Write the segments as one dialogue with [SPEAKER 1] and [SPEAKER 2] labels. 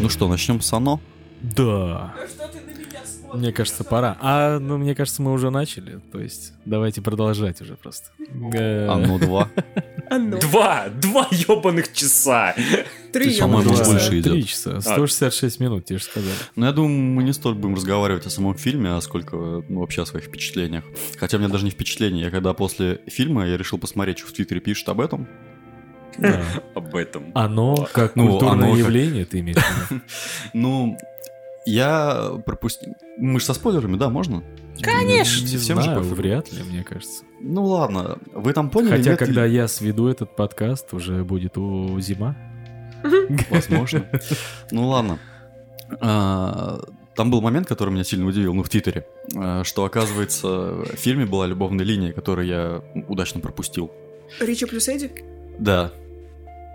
[SPEAKER 1] Ну что, начнем с оно?
[SPEAKER 2] Да. Мне кажется, пора. А, ну, мне кажется, мы уже начали. То есть, давайте продолжать уже просто.
[SPEAKER 1] А,
[SPEAKER 2] Э,
[SPEAKER 1] Оно 2.
[SPEAKER 3] Оно.
[SPEAKER 4] Два! Два ебаных часа!
[SPEAKER 3] Три.
[SPEAKER 1] Ты по-моему,
[SPEAKER 3] ёбаных
[SPEAKER 2] два-
[SPEAKER 1] часа. больше
[SPEAKER 2] Три
[SPEAKER 1] идет.
[SPEAKER 2] часа. 166 минут, тебе же сказали.
[SPEAKER 1] Но Ну, я думаю, мы не столь будем разговаривать о самом фильме, а сколько ну, вообще о своих впечатлениях. Хотя у меня даже не впечатление. Я когда после фильма, я решил посмотреть, что в Твиттере пишут об этом.
[SPEAKER 2] Да.
[SPEAKER 4] Об этом.
[SPEAKER 2] Оно как
[SPEAKER 1] Ну,
[SPEAKER 2] культурное
[SPEAKER 1] оно как-
[SPEAKER 2] явление, ты имеешь в виду?
[SPEAKER 1] Ну, я пропустил... Мы же со спойлерами, да, можно?
[SPEAKER 2] Не
[SPEAKER 1] Конечно! Всем же
[SPEAKER 2] знаю,
[SPEAKER 1] пофигу.
[SPEAKER 2] вряд ли, мне кажется.
[SPEAKER 1] Ну ладно, вы там поняли?
[SPEAKER 2] Хотя,
[SPEAKER 1] нет ли?
[SPEAKER 2] когда я сведу этот подкаст, уже будет у зима.
[SPEAKER 1] Возможно. Ну ладно. А, Там был момент, который меня сильно удивил, ну, в Твиттере, а, что, оказывается, в фильме была любовная линия, которую я удачно пропустил.
[SPEAKER 3] Ричи плюс Эдди?
[SPEAKER 1] Да.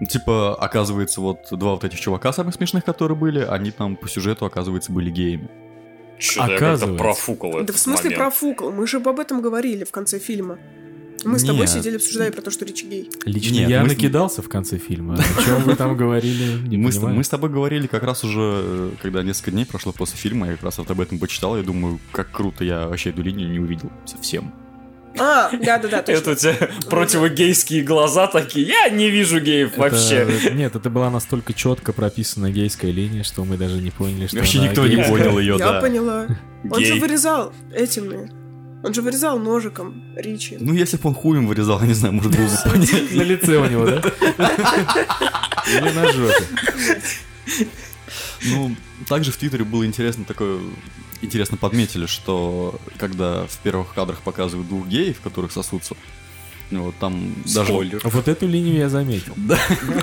[SPEAKER 1] Типа, оказывается, вот два вот этих чувака самых смешных, которые были, они там по сюжету, оказывается, были геями.
[SPEAKER 4] Чё-то я как-то
[SPEAKER 2] Оказывается.
[SPEAKER 4] профукал
[SPEAKER 3] Да
[SPEAKER 4] этот
[SPEAKER 3] в смысле
[SPEAKER 4] момент.
[SPEAKER 3] профукал? Мы же об этом говорили в конце фильма. Мы с тобой
[SPEAKER 1] Нет.
[SPEAKER 3] сидели обсуждали про то, что Ричи гей.
[SPEAKER 2] Лично
[SPEAKER 1] Нет,
[SPEAKER 2] я
[SPEAKER 1] мы с-
[SPEAKER 2] накидался в конце фильма. О чем вы там говорили? Не
[SPEAKER 1] мы, с,
[SPEAKER 2] понимаю.
[SPEAKER 1] мы с тобой говорили как раз уже, э, когда несколько дней прошло после фильма, я как раз вот об этом почитал, я думаю, как круто, я вообще эту линию не увидел совсем.
[SPEAKER 3] А, да-да-да,
[SPEAKER 4] Это у
[SPEAKER 3] точно.
[SPEAKER 4] тебя противогейские глаза такие. Я не вижу геев
[SPEAKER 2] Это-
[SPEAKER 4] вообще.
[SPEAKER 2] Нет, это была настолько четко прописана гейская линия, что мы даже не поняли, что
[SPEAKER 1] Вообще
[SPEAKER 2] она
[SPEAKER 1] никто не
[SPEAKER 2] гейская.
[SPEAKER 1] понял ее,
[SPEAKER 3] Я
[SPEAKER 1] да.
[SPEAKER 3] поняла. Он же
[SPEAKER 4] Гей.
[SPEAKER 3] вырезал этим. ну, Он же вырезал ножиком Ричи.
[SPEAKER 1] Ну, если бы он хуем вырезал, я не знаю, может, было бы понятно.
[SPEAKER 2] На лице у него, да? Или на жопе.
[SPEAKER 1] Ну, также в Твиттере было интересно такое... Интересно подметили, что когда в первых кадрах показывают двух геев, которых сосутся, ну, вот там даже...
[SPEAKER 4] Спойлер.
[SPEAKER 2] Вот эту линию я заметил.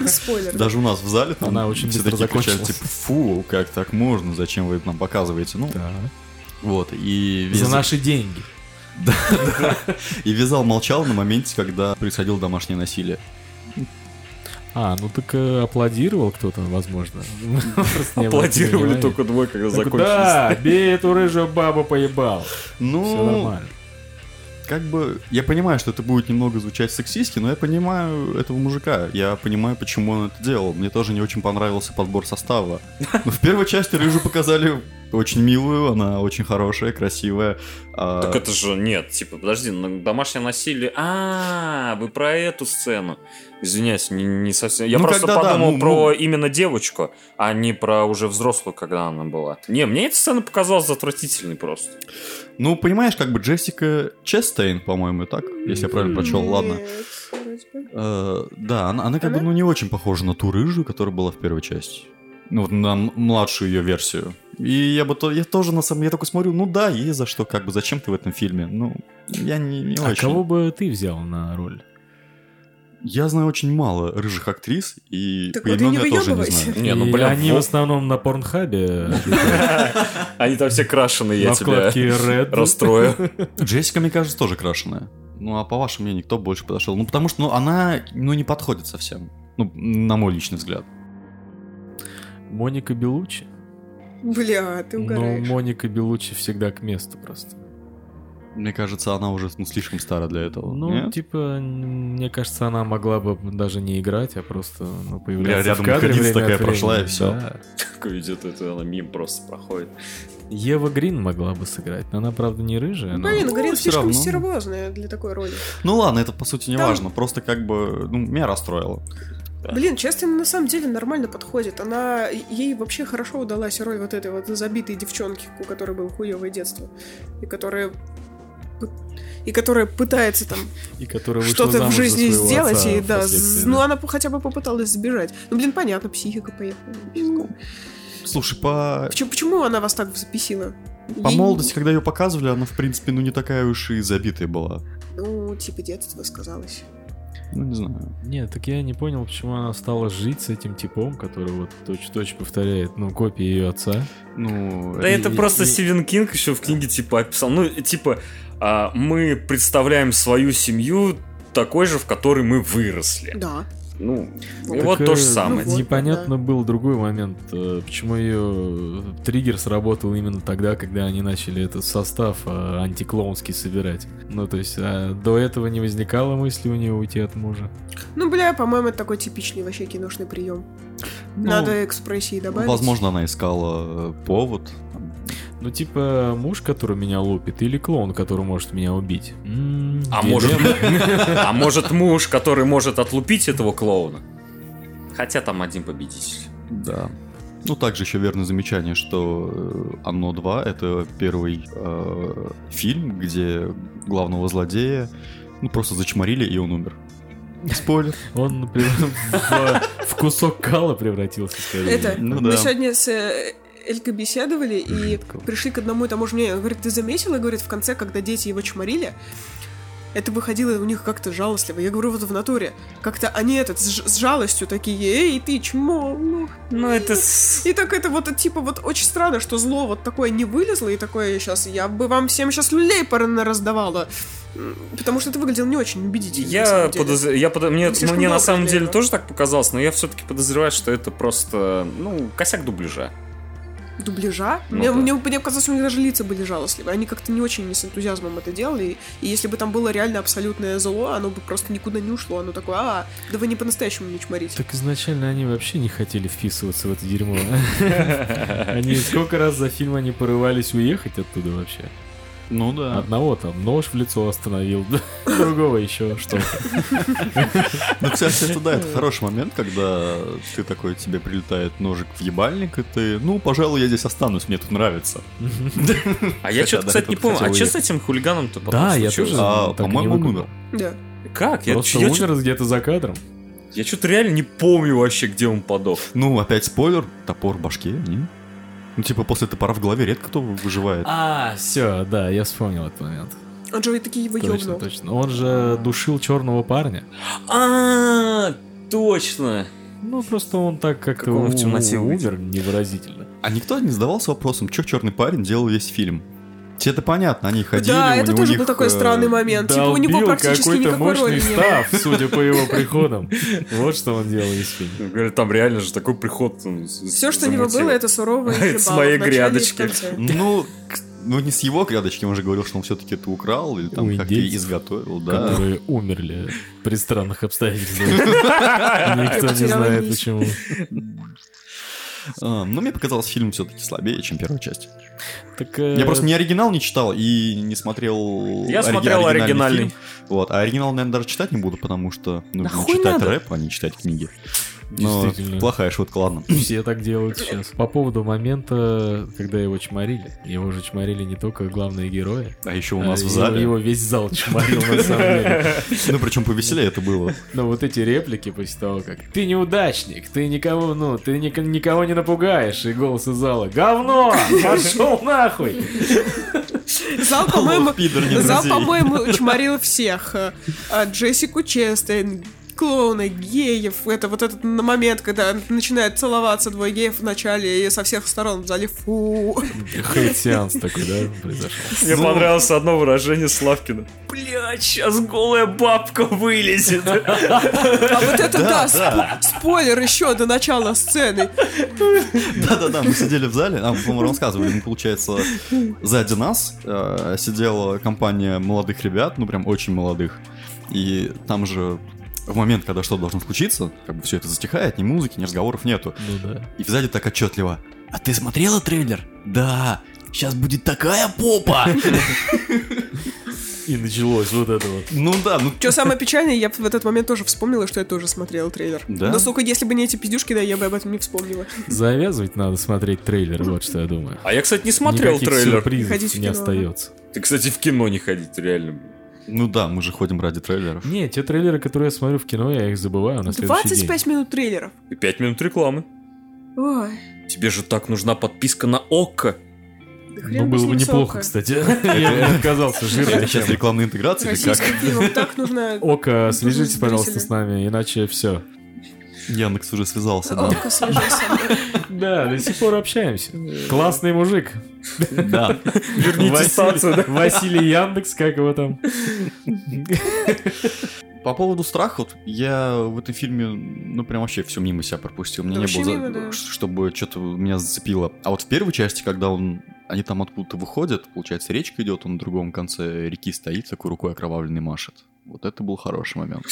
[SPEAKER 3] Спойлер.
[SPEAKER 1] Даже у нас в зале там
[SPEAKER 2] Она очень
[SPEAKER 1] все
[SPEAKER 2] быстро
[SPEAKER 1] такие кричали,
[SPEAKER 2] закончилась.
[SPEAKER 1] типа, фу, как так можно, зачем вы это нам показываете? Ну,
[SPEAKER 2] Да.
[SPEAKER 1] вот, и
[SPEAKER 2] За
[SPEAKER 1] вязал,
[SPEAKER 2] наши деньги.
[SPEAKER 1] и вязал молчал на моменте, когда происходило домашнее насилие.
[SPEAKER 2] А, ну так э, аплодировал кто-то, возможно. Просто не обратил
[SPEAKER 4] Аплодировали
[SPEAKER 2] внимания.
[SPEAKER 4] только двое, когда
[SPEAKER 2] Так,
[SPEAKER 4] закончились.
[SPEAKER 2] Да, бей эту рыжую бабу поебал. Все
[SPEAKER 1] Ну,
[SPEAKER 2] нормально.
[SPEAKER 1] как бы, я понимаю, что это будет немного звучать сексистски, но я понимаю этого мужика, я понимаю, почему он это делал. Мне тоже не очень понравился подбор состава. Но в первой части Рыжу показали очень милую, она очень хорошая, красивая. А,
[SPEAKER 4] Так это же нет, типа, подожди, ну, домашнее насилие. А, вы про эту сцену. Извиняюсь, не, не совсем. Я
[SPEAKER 1] Ну,
[SPEAKER 4] просто
[SPEAKER 1] когда да,
[SPEAKER 4] подумал
[SPEAKER 1] ну, ну.
[SPEAKER 4] про именно девочку, а не про уже взрослую, когда она была. Не, мне эта сцена показалась отвратительной просто.
[SPEAKER 1] Ну, понимаешь, как бы Джессика Честейн, по-моему, так? Если я правильно прочел, ладно.
[SPEAKER 3] Нет, вроде бы.
[SPEAKER 1] Э, да, она, она как бы
[SPEAKER 3] Она?
[SPEAKER 1] ну, не очень похожа на ту рыжую, которая была в первой части. Ну, вот на м- младшую ее версию. И я бы то, я тоже на самом я такой смотрю, ну да, ей за что, как бы, зачем ты в этом фильме? Ну, я не, не
[SPEAKER 2] А
[SPEAKER 1] очень.
[SPEAKER 2] кого бы ты взял на роль?
[SPEAKER 1] Я знаю очень мало рыжих актрис, и
[SPEAKER 3] Так
[SPEAKER 1] по
[SPEAKER 3] вот и не
[SPEAKER 1] имен я тоже не
[SPEAKER 3] выебывайся.
[SPEAKER 1] знаю.
[SPEAKER 4] Не, ну,
[SPEAKER 2] И
[SPEAKER 4] бля,
[SPEAKER 2] они
[SPEAKER 4] во-
[SPEAKER 2] в основном на Порнхабе,
[SPEAKER 4] Они там все крашеные, я
[SPEAKER 2] на
[SPEAKER 4] тебя
[SPEAKER 2] вкладке Red.
[SPEAKER 4] расстрою.
[SPEAKER 1] Джессика, мне кажется, тоже крашеная. Ну, а по вашему мнению, кто больше подошел? Ну, потому что, ну, она, ну, не подходит совсем. Ну, на мой личный взгляд.
[SPEAKER 2] Моника Белучи.
[SPEAKER 3] Бля, ты
[SPEAKER 2] Но
[SPEAKER 3] угораешь.
[SPEAKER 2] Ну, Моника Белучи всегда к месту просто.
[SPEAKER 1] Мне кажется, она уже, ну, слишком стара для этого.
[SPEAKER 2] Ну,
[SPEAKER 1] Нет?
[SPEAKER 2] типа, м, мне кажется, она могла бы даже не играть, а просто ну,
[SPEAKER 1] Бля,
[SPEAKER 2] появляться
[SPEAKER 1] рядом
[SPEAKER 2] в кадре
[SPEAKER 1] выходница
[SPEAKER 2] время
[SPEAKER 1] такая
[SPEAKER 2] от
[SPEAKER 1] прошла, и
[SPEAKER 2] времени,
[SPEAKER 1] всё.
[SPEAKER 2] да.
[SPEAKER 4] Как идет это, она мим просто проходит.
[SPEAKER 2] Ева Грин могла бы сыграть, но она, правда, не рыжая. но-
[SPEAKER 3] Блин, Грин
[SPEAKER 1] Ну, всё
[SPEAKER 3] слишком
[SPEAKER 1] равно.
[SPEAKER 3] стервозная для такой роли.
[SPEAKER 1] Ну ладно, это по сути не
[SPEAKER 3] Там-
[SPEAKER 1] важно, просто как бы, ну, меня расстроило.
[SPEAKER 4] Да.
[SPEAKER 3] Блин, Честин на самом деле нормально подходит. Она ей вообще хорошо удалась роль вот этой вот забитой девчонки, у которой было хуевое детство. И которая пы- и которая пытается там
[SPEAKER 2] И которая вышла
[SPEAKER 3] что-то в
[SPEAKER 2] замуж за
[SPEAKER 3] жизни
[SPEAKER 2] своего
[SPEAKER 3] сделать,
[SPEAKER 2] отца
[SPEAKER 3] и да,
[SPEAKER 2] впоследствии,
[SPEAKER 3] з- ну она по- хотя бы попыталась сбежать. Ну, блин, понятно, психика поехала.
[SPEAKER 1] Слушай, по,
[SPEAKER 3] Почему, почему она вас так записила?
[SPEAKER 1] по
[SPEAKER 3] Ей-
[SPEAKER 1] молодости, когда ее показывали, она, в принципе, ну не такая уж и забитая была.
[SPEAKER 3] Ну, типа детство сказалось.
[SPEAKER 1] Ну, не знаю.
[SPEAKER 2] Нет, так я не понял, почему она стала жить с этим типом, который вот точь-в-точь повторяет, ну, копии ее отца.
[SPEAKER 1] Ну,
[SPEAKER 4] Да
[SPEAKER 1] э,
[SPEAKER 4] это
[SPEAKER 2] и-
[SPEAKER 4] просто
[SPEAKER 2] и-
[SPEAKER 4] Стивен Кинг еще в книге типа описал. Ну, типа, а, мы представляем свою семью такой же, в которой мы выросли.
[SPEAKER 3] Да.
[SPEAKER 4] Ну,
[SPEAKER 3] Вот.
[SPEAKER 4] и вот
[SPEAKER 2] Так,
[SPEAKER 4] то же
[SPEAKER 2] э,
[SPEAKER 4] самое.
[SPEAKER 3] ну вот.
[SPEAKER 2] Непонятно был другой момент, э, почему ее триггер сработал именно тогда, когда они начали этот состав э, антиклоунский собирать. Ну, то есть а до этого не возникало мысли у нее уйти от мужа.
[SPEAKER 3] Ну, бля, по-моему, это такой типичный вообще киношный прием.
[SPEAKER 1] Ну,
[SPEAKER 3] Надо экспрессии добавить.
[SPEAKER 1] Возможно, она искала э, повод. там.
[SPEAKER 2] Ну, типа, муж, который меня лупит, или клоун, который может меня убить? М-м, М,
[SPEAKER 4] А
[SPEAKER 2] ну, дилемма.
[SPEAKER 4] может, а может муж, который может отлупить этого клоуна? Хотя там один победитель.
[SPEAKER 1] Да. Ну, также еще верно замечание, что э, «Оно 2» — это первый э, фильм, где главного злодея ну, просто зачморили, и он умер. Спойлер.
[SPEAKER 2] Он например, в, в кусок кала превратился, скорее.
[SPEAKER 3] Это,
[SPEAKER 1] Ну
[SPEAKER 3] мы
[SPEAKER 1] да.
[SPEAKER 3] сегодня с э, Элькой беседовали и пришли к одному и тому же мнению. Он говорит, ты заметила, говорит, в конце, когда дети его чморили, это выходило у них как-то жалостливо. Я говорю, вот в натуре. Как-то они этот с, ж- с жалостью такие, эй, ты чмо. ну».
[SPEAKER 4] Ну, это... с-
[SPEAKER 3] И так это вот, типа, вот очень странно, что зло вот такое не вылезло, и такое сейчас, я бы вам всем сейчас люлей раздавала. Потому что это выглядело не очень убедительно. на
[SPEAKER 4] Я
[SPEAKER 3] самом деле.
[SPEAKER 4] подозреваю, я подо- мне,
[SPEAKER 3] Слишком
[SPEAKER 4] мне на
[SPEAKER 3] много
[SPEAKER 4] самом деле
[SPEAKER 3] проблем.
[SPEAKER 4] тоже так показалось, но я все-таки подозреваю, что это просто, ну, косяк дубляжа.
[SPEAKER 3] дубляжа.
[SPEAKER 4] Ну
[SPEAKER 3] мне,
[SPEAKER 4] да.
[SPEAKER 3] мне, мне казалось, у них даже лица были жалостливы. Они как-то не очень с энтузиазмом это делали. И если бы там было реально абсолютное зло, оно бы просто никуда не ушло. Оно такое, а, да вы не по-настоящему не чморите.
[SPEAKER 2] Так изначально они вообще не хотели вписываться в это дерьмо. Они сколько раз за фильм они порывались уехать оттуда вообще?
[SPEAKER 1] Ну да.
[SPEAKER 2] Одного там нож в лицо остановил, другого еще что.
[SPEAKER 1] Ну, кстати, это да, это хороший момент, когда ты такой, тебе прилетает ножик в ебальник, и ты, ну, пожалуй, я здесь останусь, мне тут нравится.
[SPEAKER 4] А я
[SPEAKER 1] Хотя,
[SPEAKER 4] что-то,
[SPEAKER 1] да,
[SPEAKER 4] кстати,
[SPEAKER 1] это
[SPEAKER 4] не помню.
[SPEAKER 1] хотел
[SPEAKER 4] А что с
[SPEAKER 1] выехать.
[SPEAKER 4] этим хулиганом-то потом
[SPEAKER 2] Да, я
[SPEAKER 4] случилось?
[SPEAKER 2] тоже.
[SPEAKER 1] А,
[SPEAKER 2] так и не
[SPEAKER 1] по-моему, он
[SPEAKER 2] выкупил.
[SPEAKER 1] умер.
[SPEAKER 3] Да.
[SPEAKER 4] Как? Я
[SPEAKER 2] Просто
[SPEAKER 4] чё- я чё-
[SPEAKER 2] умер где-то за кадром.
[SPEAKER 4] я что-то реально не помню вообще, где он подох.
[SPEAKER 1] Ну, опять спойлер, топор в башке, не? Ну, типа, после топора в голове редко кто выживает.
[SPEAKER 2] А, все, да, я вспомнил этот момент.
[SPEAKER 3] Он же и А такие его
[SPEAKER 2] Точно,
[SPEAKER 3] ёбнул.
[SPEAKER 2] точно. Он же душил черного парня.
[SPEAKER 4] А, точно.
[SPEAKER 2] Ну, просто он так как-то
[SPEAKER 4] Как он в
[SPEAKER 2] у-
[SPEAKER 4] темноте
[SPEAKER 2] умер невыразительно.
[SPEAKER 1] А никто не задавался вопросом, что черный парень делал весь фильм? Тебе это понятно, они ходили,
[SPEAKER 3] да,
[SPEAKER 1] у
[SPEAKER 3] это
[SPEAKER 1] него- у
[SPEAKER 3] тоже
[SPEAKER 1] них,
[SPEAKER 3] был такой
[SPEAKER 1] э,
[SPEAKER 3] странный момент. Типа у него
[SPEAKER 2] Долбил
[SPEAKER 3] практически
[SPEAKER 2] какой-то
[SPEAKER 3] никакой роли
[SPEAKER 2] мощный
[SPEAKER 3] не было.
[SPEAKER 2] став, судя по его приходам. Вот что он делал из фильма.
[SPEAKER 4] Говорят, там реально же такой приход. Все,
[SPEAKER 3] Все, что у него было, это суровое
[SPEAKER 4] С
[SPEAKER 3] ебало в
[SPEAKER 4] моей
[SPEAKER 3] начале и в
[SPEAKER 4] грядочки.
[SPEAKER 3] конце.
[SPEAKER 1] Ну, к- ну не с его грядочки, он же говорил, что он все-таки это украл или там
[SPEAKER 2] У
[SPEAKER 1] как-то
[SPEAKER 2] индейцев.
[SPEAKER 1] изготовил, да.
[SPEAKER 2] Которые умерли при странных обстоятельствах. Никто не
[SPEAKER 3] Потеряла
[SPEAKER 2] знает
[SPEAKER 3] нить.
[SPEAKER 2] почему.
[SPEAKER 1] А, Но мне показалось, фильм все-таки слабее, чем первая часть.
[SPEAKER 2] Так, э,
[SPEAKER 1] Я просто не оригинал не читал и не смотрел.
[SPEAKER 4] Я
[SPEAKER 1] ори-
[SPEAKER 4] смотрел оригинальный.
[SPEAKER 1] фильм. Вот, а оригинал, наверное, даже читать не буду, потому что нужно
[SPEAKER 3] Нахуй
[SPEAKER 1] читать
[SPEAKER 3] надо?
[SPEAKER 1] рэп, а не читать книги. Но
[SPEAKER 2] Действительно.
[SPEAKER 1] плохая шутка, ладно.
[SPEAKER 2] Все так делают сейчас. По поводу момента, когда его чморили. Его же чморили не только главные герои.
[SPEAKER 1] А еще у нас
[SPEAKER 2] а
[SPEAKER 1] в
[SPEAKER 2] его-
[SPEAKER 1] зале.
[SPEAKER 2] Его весь зал чморил, на самом деле.
[SPEAKER 1] Ну, причем повеселее это было.
[SPEAKER 2] Но вот эти реплики после того, как «Ты неудачник, ты никого, ну, ты ни- никого не напугаешь», и голос из зала «Говно! Пошел нахуй!»
[SPEAKER 3] Зал, по-моему,
[SPEAKER 1] Лох, пидор, не
[SPEAKER 3] зал,
[SPEAKER 1] друзей.
[SPEAKER 3] по-моему, чморил всех. Э, а, Джессику Честейн, клоуна, геев. Это вот этот на момент, когда начинает целоваться двое геев в начале и со всех сторон в зале фу.
[SPEAKER 2] Хейт-сеанс такой, да, произошел.
[SPEAKER 4] Мне понравилось одно выражение Славкина. Блять, сейчас голая бабка вылезет.
[SPEAKER 3] А вот это
[SPEAKER 1] Да,
[SPEAKER 3] да, спо- спойлер еще до начала сцены.
[SPEAKER 1] Да-да-да, мы сидели в зале, а, по-моему, рассказывали, ну, получается, сзади нас э, сидела компания молодых ребят, ну, прям очень молодых, и там же в момент, когда что-то должно случиться, как бы все это затихает, ни музыки, ни разговоров нету.
[SPEAKER 2] Ну да.
[SPEAKER 1] И сзади так отчетливо. А ты смотрела трейлер? Да. Сейчас будет такая попа!
[SPEAKER 2] И началось вот это вот.
[SPEAKER 1] Ну да, ну
[SPEAKER 3] Что самое печальное, я в этот момент тоже вспомнила, что я тоже смотрела трейлер.
[SPEAKER 1] Да?
[SPEAKER 3] Но, сука, если бы не эти пиздюшки, да, я бы об этом не вспомнила.
[SPEAKER 2] Завязывать надо смотреть трейлер, вот что я думаю.
[SPEAKER 4] А я, кстати, не смотрел
[SPEAKER 2] Никаких
[SPEAKER 4] трейлер.
[SPEAKER 2] сюрпризов
[SPEAKER 3] Ходите в
[SPEAKER 2] не
[SPEAKER 3] кино, да.
[SPEAKER 2] остается.
[SPEAKER 4] Ты, кстати, в кино не ходить, реально.
[SPEAKER 1] Ну да, мы же ходим ради трейлеров.
[SPEAKER 2] Не, те трейлеры, которые я смотрю в кино, я их забываю на следующий день.
[SPEAKER 3] 25 минут трейлеров.
[SPEAKER 4] И Пять минут рекламы.
[SPEAKER 3] Ой,
[SPEAKER 4] Тебе же так нужна подписка на ОККО.
[SPEAKER 3] да хрен
[SPEAKER 2] Ну, было
[SPEAKER 3] с
[SPEAKER 2] бы
[SPEAKER 3] ним,
[SPEAKER 2] неплохо,
[SPEAKER 3] Салка.
[SPEAKER 2] кстати. Я бы отказался жирно.
[SPEAKER 1] Это сейчас рекламная интеграция или как?
[SPEAKER 3] Российским фильмом так нужно...
[SPEAKER 2] Ока, свяжитесь,
[SPEAKER 3] Зрители.
[SPEAKER 2] пожалуйста, с нами, иначе все.
[SPEAKER 1] Яндекс уже связался, да.
[SPEAKER 3] Только свяжись со мной.
[SPEAKER 2] Да, до сих пор общаемся. Классный мужик.
[SPEAKER 1] Да.
[SPEAKER 4] Верните стацию, да?
[SPEAKER 2] Василий Яндекс, как его там?
[SPEAKER 1] По поводу страхов, я в этом фильме, ну, прям вообще все мимо себя пропустил. Мне
[SPEAKER 3] Да
[SPEAKER 1] не
[SPEAKER 3] вообще
[SPEAKER 1] было, за-
[SPEAKER 3] мимо, да.
[SPEAKER 1] ш- чтобы что-то меня зацепило. А вот в первой части, когда он, они там откуда-то выходят, получается, речка идет, он на другом конце реки стоит, такой рукой окровавленный машет. Вот это был хороший момент.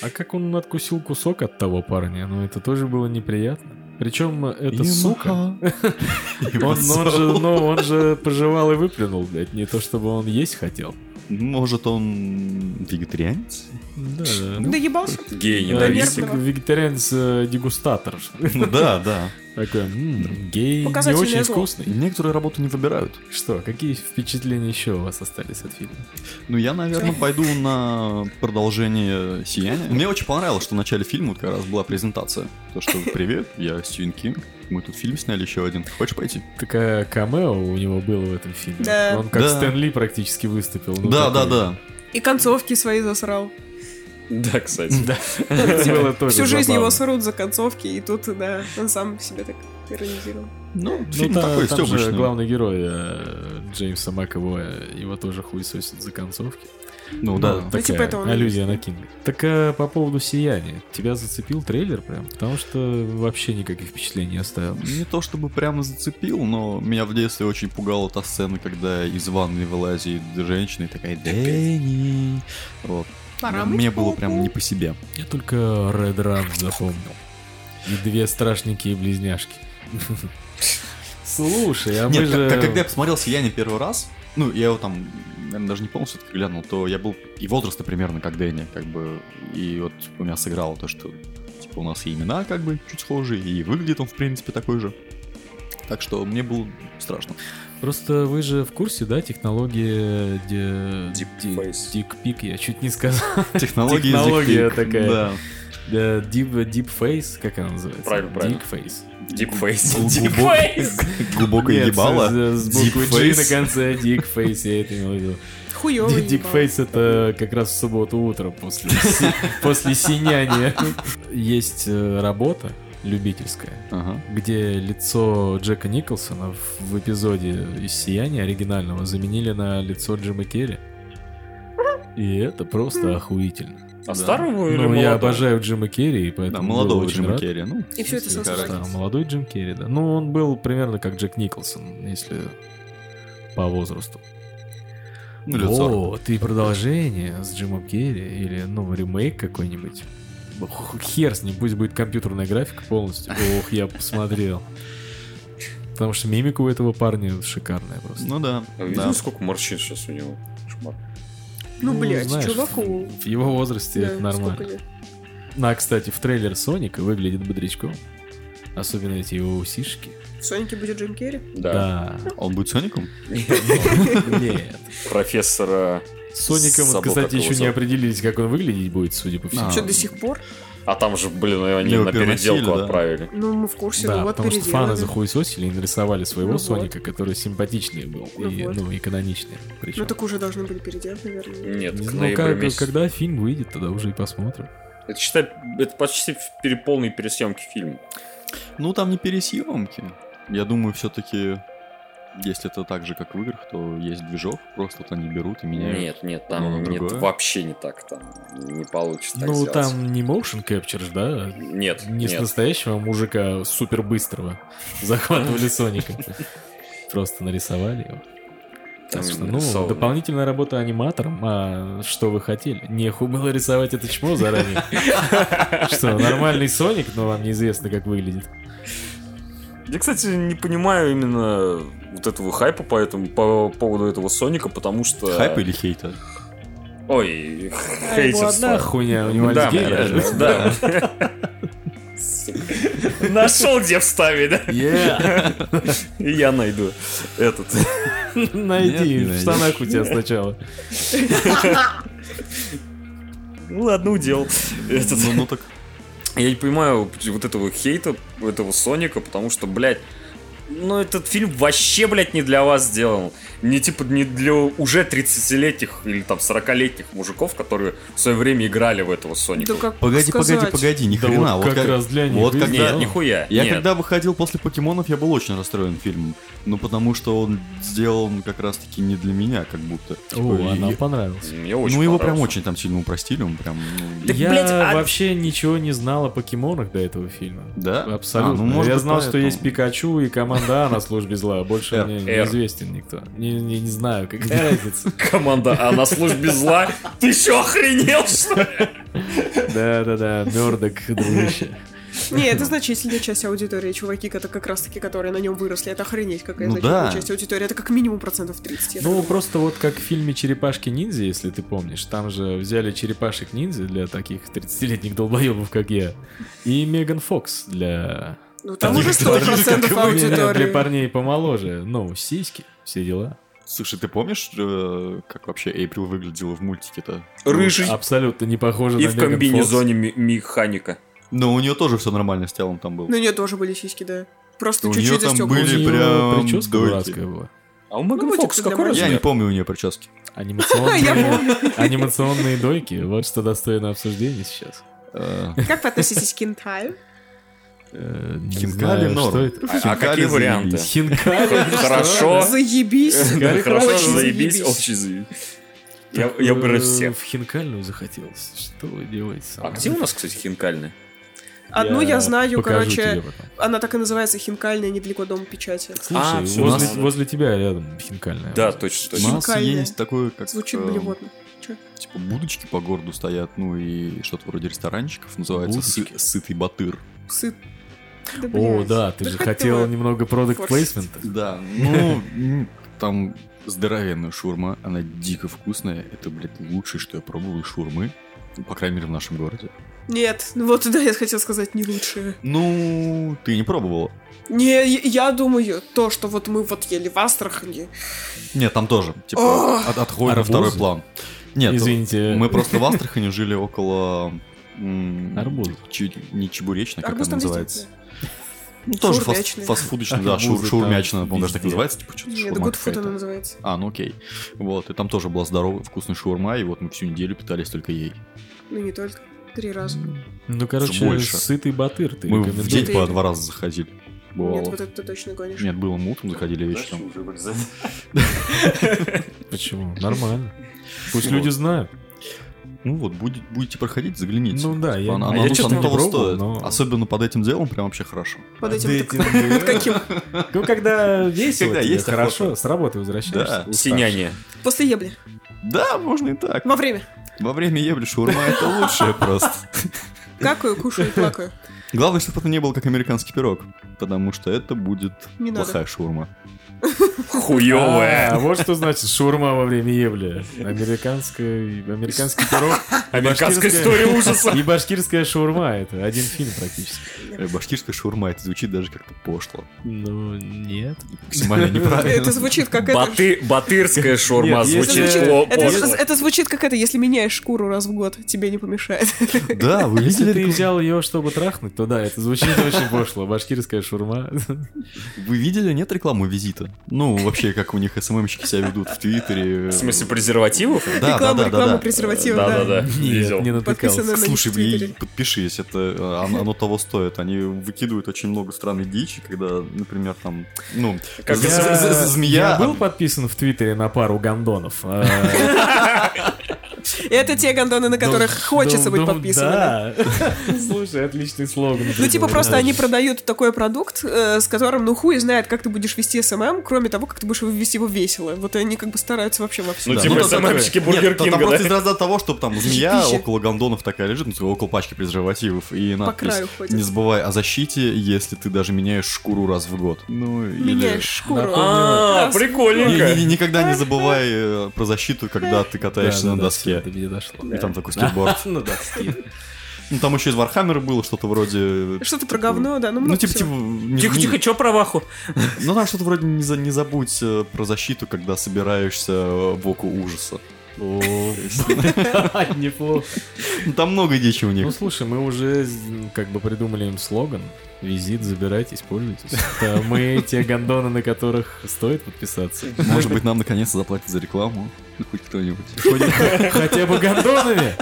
[SPEAKER 2] А как он откусил кусок от того парня? Ну, это тоже было неприятно. Причем эта сука, он, он же, ну, он же пожевал и выплюнул, блядь, не то чтобы он есть хотел.
[SPEAKER 1] Может, он вегетарианец?
[SPEAKER 2] Да, Ну. э,
[SPEAKER 3] Да ебался.
[SPEAKER 4] Гей, ненавистник.
[SPEAKER 3] наверное.
[SPEAKER 2] Вегетарианец-дегустатор.
[SPEAKER 1] Ну да, да.
[SPEAKER 2] Такой, «М, гей, не
[SPEAKER 3] Показательное
[SPEAKER 2] очень
[SPEAKER 3] зло.
[SPEAKER 2] вкусный.
[SPEAKER 1] Некоторые работу не выбирают.
[SPEAKER 2] Что, какие впечатления еще у вас остались от фильма?
[SPEAKER 1] Ну, я, наверное, пойду на продолжение «Сияния». Мне очень понравилось, что в начале фильма вот как раз была презентация. То, что «Привет, я Стивен Кинг, мы тут фильм сняли еще один. Хочешь пойти?»
[SPEAKER 2] Такая камео у него было в этом фильме.
[SPEAKER 3] Да.
[SPEAKER 2] Он как
[SPEAKER 1] Да.
[SPEAKER 2] Стэн Ли практически выступил. ну,
[SPEAKER 1] Да, да,
[SPEAKER 2] такой.
[SPEAKER 1] да.
[SPEAKER 3] И концовки свои засрал.
[SPEAKER 4] Да, кстати.
[SPEAKER 2] Это было тоже
[SPEAKER 3] Всю жизнь
[SPEAKER 2] забавно. Ну,
[SPEAKER 3] его срут за концовки, и тут, да, он сам себя так иронизировал.
[SPEAKER 1] Ну,
[SPEAKER 2] Ну,
[SPEAKER 1] фильм
[SPEAKER 2] та-
[SPEAKER 1] такой,
[SPEAKER 2] там
[SPEAKER 1] все
[SPEAKER 2] же
[SPEAKER 1] обычно.
[SPEAKER 2] главный герой э, Джеймса Макэвоя, его тоже хуй сосит за концовки.
[SPEAKER 1] Ну, да.
[SPEAKER 2] такая
[SPEAKER 3] типа этого он
[SPEAKER 2] аллюзия на Кинга. Так э, по поводу «Сияния». Тебя зацепил трейлер прям? Потому что вообще никаких впечатлений не оставил.
[SPEAKER 1] Не то чтобы прямо зацепил, но меня в детстве очень пугала та сцена, когда из ванны вылазит женщина и такая «Дэнни». Вот. Мне было прям не по себе.
[SPEAKER 2] Я только Red Run запомнил. И две страшненькие близняшки. Слушай, а мы
[SPEAKER 1] Нет,
[SPEAKER 2] же...
[SPEAKER 1] как- когда я посмотрел «Сияние» первый раз, ну, я его там, наверное, даже не помню, все-таки глянул, то я был и возраста примерно как Дэнни, как бы, и вот у меня сыграло то, что, типа, у нас и имена, как бы, чуть схожие, и выглядит он, в принципе, такой же. Так что мне было страшно.
[SPEAKER 2] Просто вы же в курсе, да, технологии... де- ди-
[SPEAKER 4] Deepface.
[SPEAKER 2] Дикпик, я чуть не сказал.
[SPEAKER 1] Технология,
[SPEAKER 2] Технология
[SPEAKER 1] Зиг-Фиг,
[SPEAKER 2] такая.
[SPEAKER 1] Да.
[SPEAKER 2] Да, Deep, Deepface, как она называется?
[SPEAKER 4] Правильно, правильно.
[SPEAKER 2] Deepface.
[SPEAKER 4] Дипфейс.
[SPEAKER 1] Глубоко-
[SPEAKER 4] Дипфейс.
[SPEAKER 1] Глубокое
[SPEAKER 2] Нет,
[SPEAKER 1] ебало.
[SPEAKER 2] С, с буквы G
[SPEAKER 1] Deepface.
[SPEAKER 2] на конце, Deepface, я это имел в виду.
[SPEAKER 3] Хуёвый. ебал.
[SPEAKER 2] Дикфейс это как раз в субботу утро после, си- после синяния. Есть э, работа любительская,
[SPEAKER 1] Ага.
[SPEAKER 2] где лицо Джека Николсона в- в эпизоде из «Сияния» оригинального заменили на лицо Джима Керри. И это просто охуительно.
[SPEAKER 4] А старого или
[SPEAKER 2] Ну, я
[SPEAKER 4] молодого?
[SPEAKER 2] обожаю Джима Керри, и поэтому
[SPEAKER 1] Да,
[SPEAKER 2] был
[SPEAKER 1] молодого
[SPEAKER 2] очень
[SPEAKER 1] Джима
[SPEAKER 2] рад.
[SPEAKER 1] Керри. Ну,
[SPEAKER 3] И всё это
[SPEAKER 1] какая
[SPEAKER 3] сам
[SPEAKER 1] разница.
[SPEAKER 2] Да, молодой Джим Керри, да. Ну, он был примерно как Джек Николсон, если по возрасту.
[SPEAKER 1] Ну, лет 40.
[SPEAKER 2] Вот, и продолжение с Джимом Керри или, ну, ремейк какой-нибудь. Х- Хер с ним, пусть будет компьютерная графика полностью. Ох, я посмотрел. Потому что мимика у этого парня шикарная просто.
[SPEAKER 1] Ну да.
[SPEAKER 4] А Видели,
[SPEAKER 1] да.
[SPEAKER 4] сколько морщин сейчас у него? Кошмар.
[SPEAKER 3] Ну, блядь,
[SPEAKER 2] знаешь,
[SPEAKER 3] чуваку.
[SPEAKER 2] В его возрасте
[SPEAKER 3] Да,
[SPEAKER 2] это
[SPEAKER 3] сколько
[SPEAKER 2] нормально.
[SPEAKER 3] лет?
[SPEAKER 2] А, кстати, в трейлер Соника выглядит бодрячком. Особенно эти его усишки.
[SPEAKER 3] В Сонике будет Джим Керри?
[SPEAKER 4] Да.
[SPEAKER 1] А Он будет Соником?
[SPEAKER 2] Нет.
[SPEAKER 4] Профессора.
[SPEAKER 2] С Соником,
[SPEAKER 4] Забыл,
[SPEAKER 2] вот,
[SPEAKER 4] как
[SPEAKER 2] кстати,
[SPEAKER 4] его
[SPEAKER 2] еще не
[SPEAKER 4] зовут.
[SPEAKER 2] определились, как он выглядеть будет, судя по всему.
[SPEAKER 1] А.
[SPEAKER 3] Что, до сих пор?
[SPEAKER 4] А там же, блин, они
[SPEAKER 1] Его
[SPEAKER 4] на переделку
[SPEAKER 1] переносили, да.
[SPEAKER 4] отправили.
[SPEAKER 3] Ну, мы в курсе,
[SPEAKER 2] Да,
[SPEAKER 3] ну вот
[SPEAKER 2] потому что
[SPEAKER 3] переделали.
[SPEAKER 2] фаны захуесосили и нарисовали своего
[SPEAKER 3] Ну вот.
[SPEAKER 2] Соника, который симпатичнее был
[SPEAKER 3] Ну
[SPEAKER 2] и,
[SPEAKER 3] вот.
[SPEAKER 2] ну, и каноничнее. Причем.
[SPEAKER 3] Ну, так уже должны были переделать, наверное.
[SPEAKER 4] Нет,
[SPEAKER 2] Не
[SPEAKER 4] к
[SPEAKER 2] знаю,
[SPEAKER 4] ноябрю
[SPEAKER 2] как-
[SPEAKER 4] месяцу.
[SPEAKER 2] когда фильм выйдет, тогда уже и посмотрим.
[SPEAKER 4] Это, считай, это почти переполные пересъемки фильма.
[SPEAKER 1] Ну, там не пересъемки. Я думаю, все-таки, если это так же, как в играх, то есть движок, просто вот они берут и меняют.
[SPEAKER 4] Нет, нет,
[SPEAKER 1] Ну,
[SPEAKER 4] там нет,
[SPEAKER 1] другое.
[SPEAKER 4] вообще не так. Там не получится так
[SPEAKER 2] ну,
[SPEAKER 4] сделать.
[SPEAKER 2] там не motion capture, да?
[SPEAKER 4] Нет,
[SPEAKER 2] Не с
[SPEAKER 4] нет.
[SPEAKER 2] настоящего мужика супер быстрого захватывали Соника. Просто нарисовали его.
[SPEAKER 4] Там
[SPEAKER 2] Так что,
[SPEAKER 4] именно
[SPEAKER 2] ну,
[SPEAKER 4] рисовано.
[SPEAKER 2] дополнительная работа аниматором, а что вы хотели? Неху было рисовать это чмо заранее. Что, нормальный Соник, но вам неизвестно, как выглядит.
[SPEAKER 4] Я, кстати, не понимаю именно вот этого хайпа по, этому, по поводу этого Соника, потому что...
[SPEAKER 2] э,
[SPEAKER 1] Хайпа или Ну, хейта?
[SPEAKER 4] Ой,
[SPEAKER 3] его одна
[SPEAKER 4] хейтерство.
[SPEAKER 2] А хуйня, у него
[SPEAKER 4] Ну да, э,
[SPEAKER 2] альцгеймер.
[SPEAKER 4] реально, да. Нашел где вставить, да? И я найду этот.
[SPEAKER 2] Найди,
[SPEAKER 1] не
[SPEAKER 2] в
[SPEAKER 1] найдешь.
[SPEAKER 2] штанах у тебя сначала.
[SPEAKER 4] Ну ладно, удел. Этот.
[SPEAKER 1] Ну, ну так,
[SPEAKER 4] Я не понимаю вот этого хейта, этого Соника, потому что, блядь, ну этот фильм вообще, блядь, не для вас сделан. Не типа не для уже 30-летних или там 40-летних мужиков, которые в свое время играли в этого Соника.
[SPEAKER 3] Да Ну, как
[SPEAKER 1] погоди, погоди,
[SPEAKER 3] сказать?
[SPEAKER 1] погоди, ни
[SPEAKER 2] Да
[SPEAKER 1] хрена.
[SPEAKER 2] вот
[SPEAKER 1] вот
[SPEAKER 2] как раз для них
[SPEAKER 1] Вот
[SPEAKER 2] и
[SPEAKER 1] как
[SPEAKER 4] Нет,
[SPEAKER 2] сделано.
[SPEAKER 4] нихуя.
[SPEAKER 1] Я
[SPEAKER 4] нет.
[SPEAKER 1] когда выходил после покемонов, я был очень расстроен фильмом. Ну, потому что он сделан как раз-таки не для меня, как будто. Типа,
[SPEAKER 2] О,
[SPEAKER 1] и-
[SPEAKER 2] она понравилась.
[SPEAKER 4] Мне очень
[SPEAKER 1] ну, его прям
[SPEAKER 4] понравился.
[SPEAKER 1] очень там сильно упростили, он прям... ну,
[SPEAKER 4] Да,
[SPEAKER 2] Я
[SPEAKER 4] блядь, а-
[SPEAKER 2] вообще ничего не знал о покемонах до этого фильма.
[SPEAKER 1] Да?
[SPEAKER 2] Абсолютно.
[SPEAKER 1] А, ну, может
[SPEAKER 2] Я
[SPEAKER 1] быть,
[SPEAKER 2] знал, что
[SPEAKER 1] поэтому.
[SPEAKER 2] есть Пикачу и команда А на службе зла. Больше
[SPEAKER 1] Р.
[SPEAKER 2] мне не
[SPEAKER 4] Р.
[SPEAKER 2] известен никто. Не, не, не знаю, какая разница.
[SPEAKER 4] Команда, а на службе зла? Ты еще охренел, что ли?
[SPEAKER 2] Да-да-да, Мердок, дружище.
[SPEAKER 3] Не, это значительная часть аудитории, чуваки, это как раз таки, которые на нем выросли. Это охренеть какая
[SPEAKER 1] Ну
[SPEAKER 3] значительная
[SPEAKER 1] да.
[SPEAKER 3] часть аудитории. Это как минимум процентов 30. я так
[SPEAKER 2] Ну,
[SPEAKER 3] думаю.
[SPEAKER 2] просто вот как в фильме «Черепашки-ниндзя», если ты помнишь, там же взяли черепашек-ниндзя для таких 30-летних долбоебов, как я, и Меган Фокс для...
[SPEAKER 3] Ну, там
[SPEAKER 1] Да,
[SPEAKER 3] уже
[SPEAKER 1] да, да,
[SPEAKER 3] 100%
[SPEAKER 2] Не-не, для
[SPEAKER 3] аудитории.
[SPEAKER 2] парней помоложе. Ну, сиськи, все дела.
[SPEAKER 1] Слушай, ты помнишь, э, как вообще Эйприл выглядела в мультике-то?
[SPEAKER 4] Рыжий
[SPEAKER 2] Абсолютно не похоже
[SPEAKER 4] и
[SPEAKER 2] на
[SPEAKER 4] в
[SPEAKER 2] Меган
[SPEAKER 4] комбинезоне ми- механика.
[SPEAKER 1] Но у нее тоже все нормально с телом там было.
[SPEAKER 3] Ну, нет, тоже были сиськи, да. Просто
[SPEAKER 1] У
[SPEAKER 3] чуть-чуть
[SPEAKER 1] неё там
[SPEAKER 2] Фокс. У
[SPEAKER 1] были-
[SPEAKER 3] застёгнуты.
[SPEAKER 2] неё
[SPEAKER 1] прям дойки.
[SPEAKER 2] прическа
[SPEAKER 1] Ну,
[SPEAKER 2] дурацкая была.
[SPEAKER 4] А у Меган
[SPEAKER 3] мультик
[SPEAKER 4] Фокс
[SPEAKER 3] для
[SPEAKER 4] какой
[SPEAKER 3] мальчиков.
[SPEAKER 1] Я не
[SPEAKER 4] размер?
[SPEAKER 1] помню у нее прически.
[SPEAKER 2] Анимационные, анимационные дойки. Вот что достойно обсуждения сейчас.
[SPEAKER 1] Э,
[SPEAKER 3] Как вы относитесь к Кентаю?
[SPEAKER 2] Э, не
[SPEAKER 1] Хинкали
[SPEAKER 2] знаю,
[SPEAKER 1] норм.
[SPEAKER 2] что это.
[SPEAKER 4] А- а какие
[SPEAKER 1] Хинкали
[SPEAKER 4] варианты?
[SPEAKER 1] заебись.
[SPEAKER 2] Хинкали?
[SPEAKER 4] Хорошо.
[SPEAKER 3] Заебись.
[SPEAKER 2] Гарри
[SPEAKER 4] Хорошо,
[SPEAKER 2] Крамер.
[SPEAKER 4] что заебись,
[SPEAKER 3] Заебись.
[SPEAKER 4] общий заебись. Я, я убираю
[SPEAKER 2] Э,
[SPEAKER 4] всех.
[SPEAKER 2] В хинкальную захотелось. Что вы делаете? со
[SPEAKER 4] А
[SPEAKER 2] мной?
[SPEAKER 4] где у нас, кстати, хинкальная?
[SPEAKER 3] Одну я знаю,
[SPEAKER 2] покажу
[SPEAKER 3] короче,
[SPEAKER 2] тебе потом.
[SPEAKER 3] она так и называется, хинкальная, недалеко дома печати.
[SPEAKER 2] Слушай,
[SPEAKER 4] А, всё,
[SPEAKER 2] возле,
[SPEAKER 4] ладно.
[SPEAKER 2] возле тебя рядом хинкальная.
[SPEAKER 4] Да, точно,
[SPEAKER 1] У
[SPEAKER 4] точно.
[SPEAKER 1] нас
[SPEAKER 3] Хинкальная.
[SPEAKER 1] есть такое, как...
[SPEAKER 3] Звучит
[SPEAKER 1] э,
[SPEAKER 3] блевотно.
[SPEAKER 1] Типа будочки по городу стоят, ну и что-то вроде ресторанчиков называется.
[SPEAKER 2] Будочки?
[SPEAKER 1] сы- Сытый батыр.
[SPEAKER 3] Сыт. Да,
[SPEAKER 2] О,
[SPEAKER 3] блядь.
[SPEAKER 2] да, ты же
[SPEAKER 3] как
[SPEAKER 2] хотела
[SPEAKER 3] ты-
[SPEAKER 2] немного продукт
[SPEAKER 3] форсить?
[SPEAKER 2] плейсмента.
[SPEAKER 1] Да, ну, м, там здоровенная шурма, она дико вкусная. Это, блядь, лучшее, что я пробовал из шурмы. Ну, по крайней мере, в нашем городе.
[SPEAKER 3] Нет, ну вот да, я хотела сказать не лучшее.
[SPEAKER 1] Ну, ты не пробовала.
[SPEAKER 3] Не, я- я думаю, то, что вот мы вот ели в Астрахани.
[SPEAKER 1] Нет, там тоже. Типа,
[SPEAKER 3] Ох.
[SPEAKER 1] от- отходит на
[SPEAKER 2] Арбузы?
[SPEAKER 1] второй план. Нет,
[SPEAKER 2] Извините.
[SPEAKER 1] мы просто в Астрахани жили около... м,
[SPEAKER 2] Арбуз.
[SPEAKER 1] чи- Не чебуречная, как
[SPEAKER 3] Арбуз
[SPEAKER 1] она
[SPEAKER 3] там
[SPEAKER 1] называется.
[SPEAKER 3] везде.
[SPEAKER 1] Ну, тоже фаст-
[SPEAKER 3] Шаурмячная.
[SPEAKER 1] фастфудочная, да, шур-
[SPEAKER 2] А Арбузы там
[SPEAKER 1] шаурмячная, по-моему, даже так
[SPEAKER 2] везде.
[SPEAKER 1] называется. Типа, что-то
[SPEAKER 3] Нет,
[SPEAKER 1] шаурма
[SPEAKER 3] Гудфуд она
[SPEAKER 1] какая-то.
[SPEAKER 3] называется.
[SPEAKER 1] А, ну окей. Вот, и там тоже была здоровая, вкусная шаурма, и вот мы всю неделю питались только ей.
[SPEAKER 3] Ну не только. Три раза.
[SPEAKER 2] Ну, короче,
[SPEAKER 1] больше.
[SPEAKER 2] сытый батыр ты
[SPEAKER 1] мы в
[SPEAKER 2] рекомендуешь?
[SPEAKER 1] день по
[SPEAKER 3] Ты-
[SPEAKER 1] два раза заходили. Бывало.
[SPEAKER 3] Нет, вот это ты точно гонишь.
[SPEAKER 1] Нет, было мутом, заходили вечером.
[SPEAKER 2] Почему? Нормально. Пусть
[SPEAKER 1] Вот.
[SPEAKER 2] люди знают.
[SPEAKER 1] Ну вот, будет, будете проходить, загляните.
[SPEAKER 2] Ну да, я-
[SPEAKER 1] Она,
[SPEAKER 2] а
[SPEAKER 1] она-
[SPEAKER 2] я
[SPEAKER 1] оно
[SPEAKER 2] честно
[SPEAKER 1] того
[SPEAKER 2] не пробовал,
[SPEAKER 1] стоит. А
[SPEAKER 2] но-
[SPEAKER 1] Особенно под этим делом прям вообще хорошо.
[SPEAKER 3] Под
[SPEAKER 2] А
[SPEAKER 3] этим
[SPEAKER 2] ты
[SPEAKER 3] так-
[SPEAKER 2] этим-
[SPEAKER 3] под каким?
[SPEAKER 2] Ну, когда весело
[SPEAKER 1] Когда
[SPEAKER 2] тебе,
[SPEAKER 1] есть
[SPEAKER 2] хорошо,
[SPEAKER 1] охота.
[SPEAKER 2] с работы возвращаешься.
[SPEAKER 1] Да.
[SPEAKER 2] уставший.
[SPEAKER 4] Синяние.
[SPEAKER 3] После ебли.
[SPEAKER 1] Да, можно и так.
[SPEAKER 3] Во время.
[SPEAKER 1] Во время ебли шаурма это лучшее просто.
[SPEAKER 3] Какаю, кушаю, плакаю.
[SPEAKER 1] Главное, чтобы это не было как американский пирог, потому что это будет
[SPEAKER 3] Не надо.
[SPEAKER 1] плохая шаурма.
[SPEAKER 2] А,
[SPEAKER 4] Хуёвое.
[SPEAKER 2] вот что значит шурма во время ебли. Американская, американский пирог. и
[SPEAKER 4] Американская
[SPEAKER 2] башкирская-
[SPEAKER 4] история ужаса.
[SPEAKER 2] И башкирская шурма. Это один фильм практически.
[SPEAKER 1] Э, Башкирская шаурма, это звучит даже как-то пошло.
[SPEAKER 2] Ну, нет.
[SPEAKER 1] Максимально неправильно.
[SPEAKER 3] Это звучит как это.
[SPEAKER 4] Баты- Батырская шаурма
[SPEAKER 2] Нет, если-
[SPEAKER 4] звучит
[SPEAKER 2] Это
[SPEAKER 4] ло-
[SPEAKER 3] Это,
[SPEAKER 4] пошло.
[SPEAKER 3] это звучит как это, если меняешь шкуру раз в год, тебе не помешает.
[SPEAKER 1] Да, вы
[SPEAKER 2] Если ты
[SPEAKER 1] видели,
[SPEAKER 2] взял ее, чтобы трахнуть, то да, это звучит очень пошло. Башкирская шурма.
[SPEAKER 1] вы видели, нет рекламы визита? Ну, вообще, как у них СММщики себя ведут в Твиттере.
[SPEAKER 4] В смысле презервативов?
[SPEAKER 1] Да, да,
[SPEAKER 3] реклама,
[SPEAKER 1] да,
[SPEAKER 3] реклама
[SPEAKER 1] да, да.
[SPEAKER 3] презерватива, да.
[SPEAKER 4] Да-да-да.
[SPEAKER 2] Нет,
[SPEAKER 4] видел.
[SPEAKER 2] не
[SPEAKER 3] Подписано
[SPEAKER 2] натыкался.
[SPEAKER 3] на них
[SPEAKER 1] Слушай,
[SPEAKER 3] в
[SPEAKER 1] и
[SPEAKER 3] Твиттере.
[SPEAKER 1] подпишись, это э, оно, оно того стоит. Они выкидывают очень много странной дичи, когда, например, там, ну,
[SPEAKER 4] Как
[SPEAKER 1] з-
[SPEAKER 4] это-
[SPEAKER 1] з- з- змея.
[SPEAKER 2] я был подписан в Твиттере на пару гондонов. э,
[SPEAKER 3] Это те гондоны,
[SPEAKER 2] ну,
[SPEAKER 3] на которых
[SPEAKER 2] дом-
[SPEAKER 3] хочется
[SPEAKER 2] дом-
[SPEAKER 3] быть
[SPEAKER 2] дом-
[SPEAKER 3] подписанным.
[SPEAKER 2] Да. Слушай, отличный слоган.
[SPEAKER 3] Ну, типа,
[SPEAKER 2] придумал.
[SPEAKER 3] просто
[SPEAKER 2] Да.
[SPEAKER 3] они продают такой продукт, э, с которым, ну, хуй знает, как ты будешь вести СММ, кроме того, как ты будешь его вести его весело. Вот они как бы стараются вообще во всем.
[SPEAKER 4] Ну,
[SPEAKER 1] Да,
[SPEAKER 4] типа
[SPEAKER 1] ну,
[SPEAKER 2] это
[SPEAKER 4] СММщики
[SPEAKER 1] Нет,
[SPEAKER 4] Бургер
[SPEAKER 1] та- там
[SPEAKER 4] Кинга,
[SPEAKER 1] просто из
[SPEAKER 4] да?
[SPEAKER 1] разряда того, что там змея
[SPEAKER 3] Пища.
[SPEAKER 1] около гондонов такая лежит, ну, типа, около пачки презервативов, и надпись
[SPEAKER 3] краю ходит.
[SPEAKER 1] «Не забывай о защите, если ты даже меняешь шкуру раз в год». Ну, или-
[SPEAKER 3] Меняешь шкуру.
[SPEAKER 4] А,
[SPEAKER 3] Раз.
[SPEAKER 1] И- и- и
[SPEAKER 4] прикольненько.
[SPEAKER 1] никогда не забывай э, про защиту, когда ты
[SPEAKER 2] Да,
[SPEAKER 1] катаешься на
[SPEAKER 2] да, да, всё,
[SPEAKER 1] доске.
[SPEAKER 2] До меня дошло.
[SPEAKER 1] И там такой скейтборд.
[SPEAKER 2] На доске.
[SPEAKER 1] Ну, там еще из Вархаммера было что-то вроде...
[SPEAKER 3] Что-то про говно, да, ну,
[SPEAKER 1] Ну,
[SPEAKER 3] много
[SPEAKER 1] типа,
[SPEAKER 3] всего.
[SPEAKER 1] типа... не- не-
[SPEAKER 4] Тихо-тихо, чё про Ваху?
[SPEAKER 1] Ну, там что-то вроде не, за- не забудь э, про защиту, когда собираешься э, в оку ужаса.
[SPEAKER 2] О, Неплохо.
[SPEAKER 1] Ну, Там много дичи у
[SPEAKER 2] Ну,
[SPEAKER 1] них.
[SPEAKER 2] слушай, мы уже м, как бы придумали им слоган. Визит, забирайтесь, пользуйтесь. Это Мы те гондоны, на которых стоит подписаться.
[SPEAKER 1] Может быть, нам наконец-то заплатят за рекламу? Ну, хоть кто-нибудь.
[SPEAKER 2] Хоть- Хотя бы гондонами.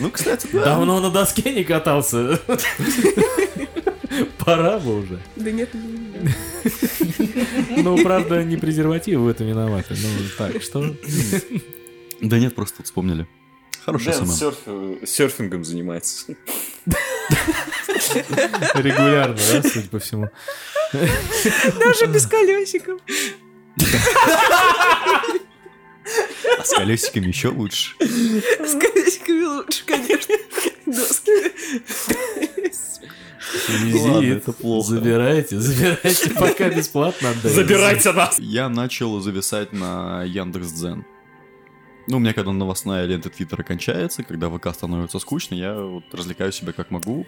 [SPEAKER 1] Ну, кстати, да.
[SPEAKER 2] Давно на доске не катался. Пора бы уже.
[SPEAKER 3] Да нет, не- не-
[SPEAKER 2] Ну, правда, не презервативы в этом виноваты. Ну, так, что?
[SPEAKER 1] Да нет, просто тут вспомнили. Хороший
[SPEAKER 4] Дэн
[SPEAKER 1] СММ.
[SPEAKER 4] серф- э, серфингом занимается.
[SPEAKER 2] Регулярно, да, судя по всему.
[SPEAKER 3] даже без колесиков.
[SPEAKER 1] А с колесиками еще лучше.
[SPEAKER 3] С колесиками лучше, конечно. Доски.
[SPEAKER 1] Ладно,
[SPEAKER 2] Визит.
[SPEAKER 1] это плохо.
[SPEAKER 2] Забирайте, забирайте, пока бесплатно отдаете.
[SPEAKER 4] Забирайте нас!
[SPEAKER 1] Я начал зависать на Яндекс.Дзен. Ну, у меня когда новостная лента Твиттера кончается, когда ВК становится скучно, я вот развлекаю себя как могу.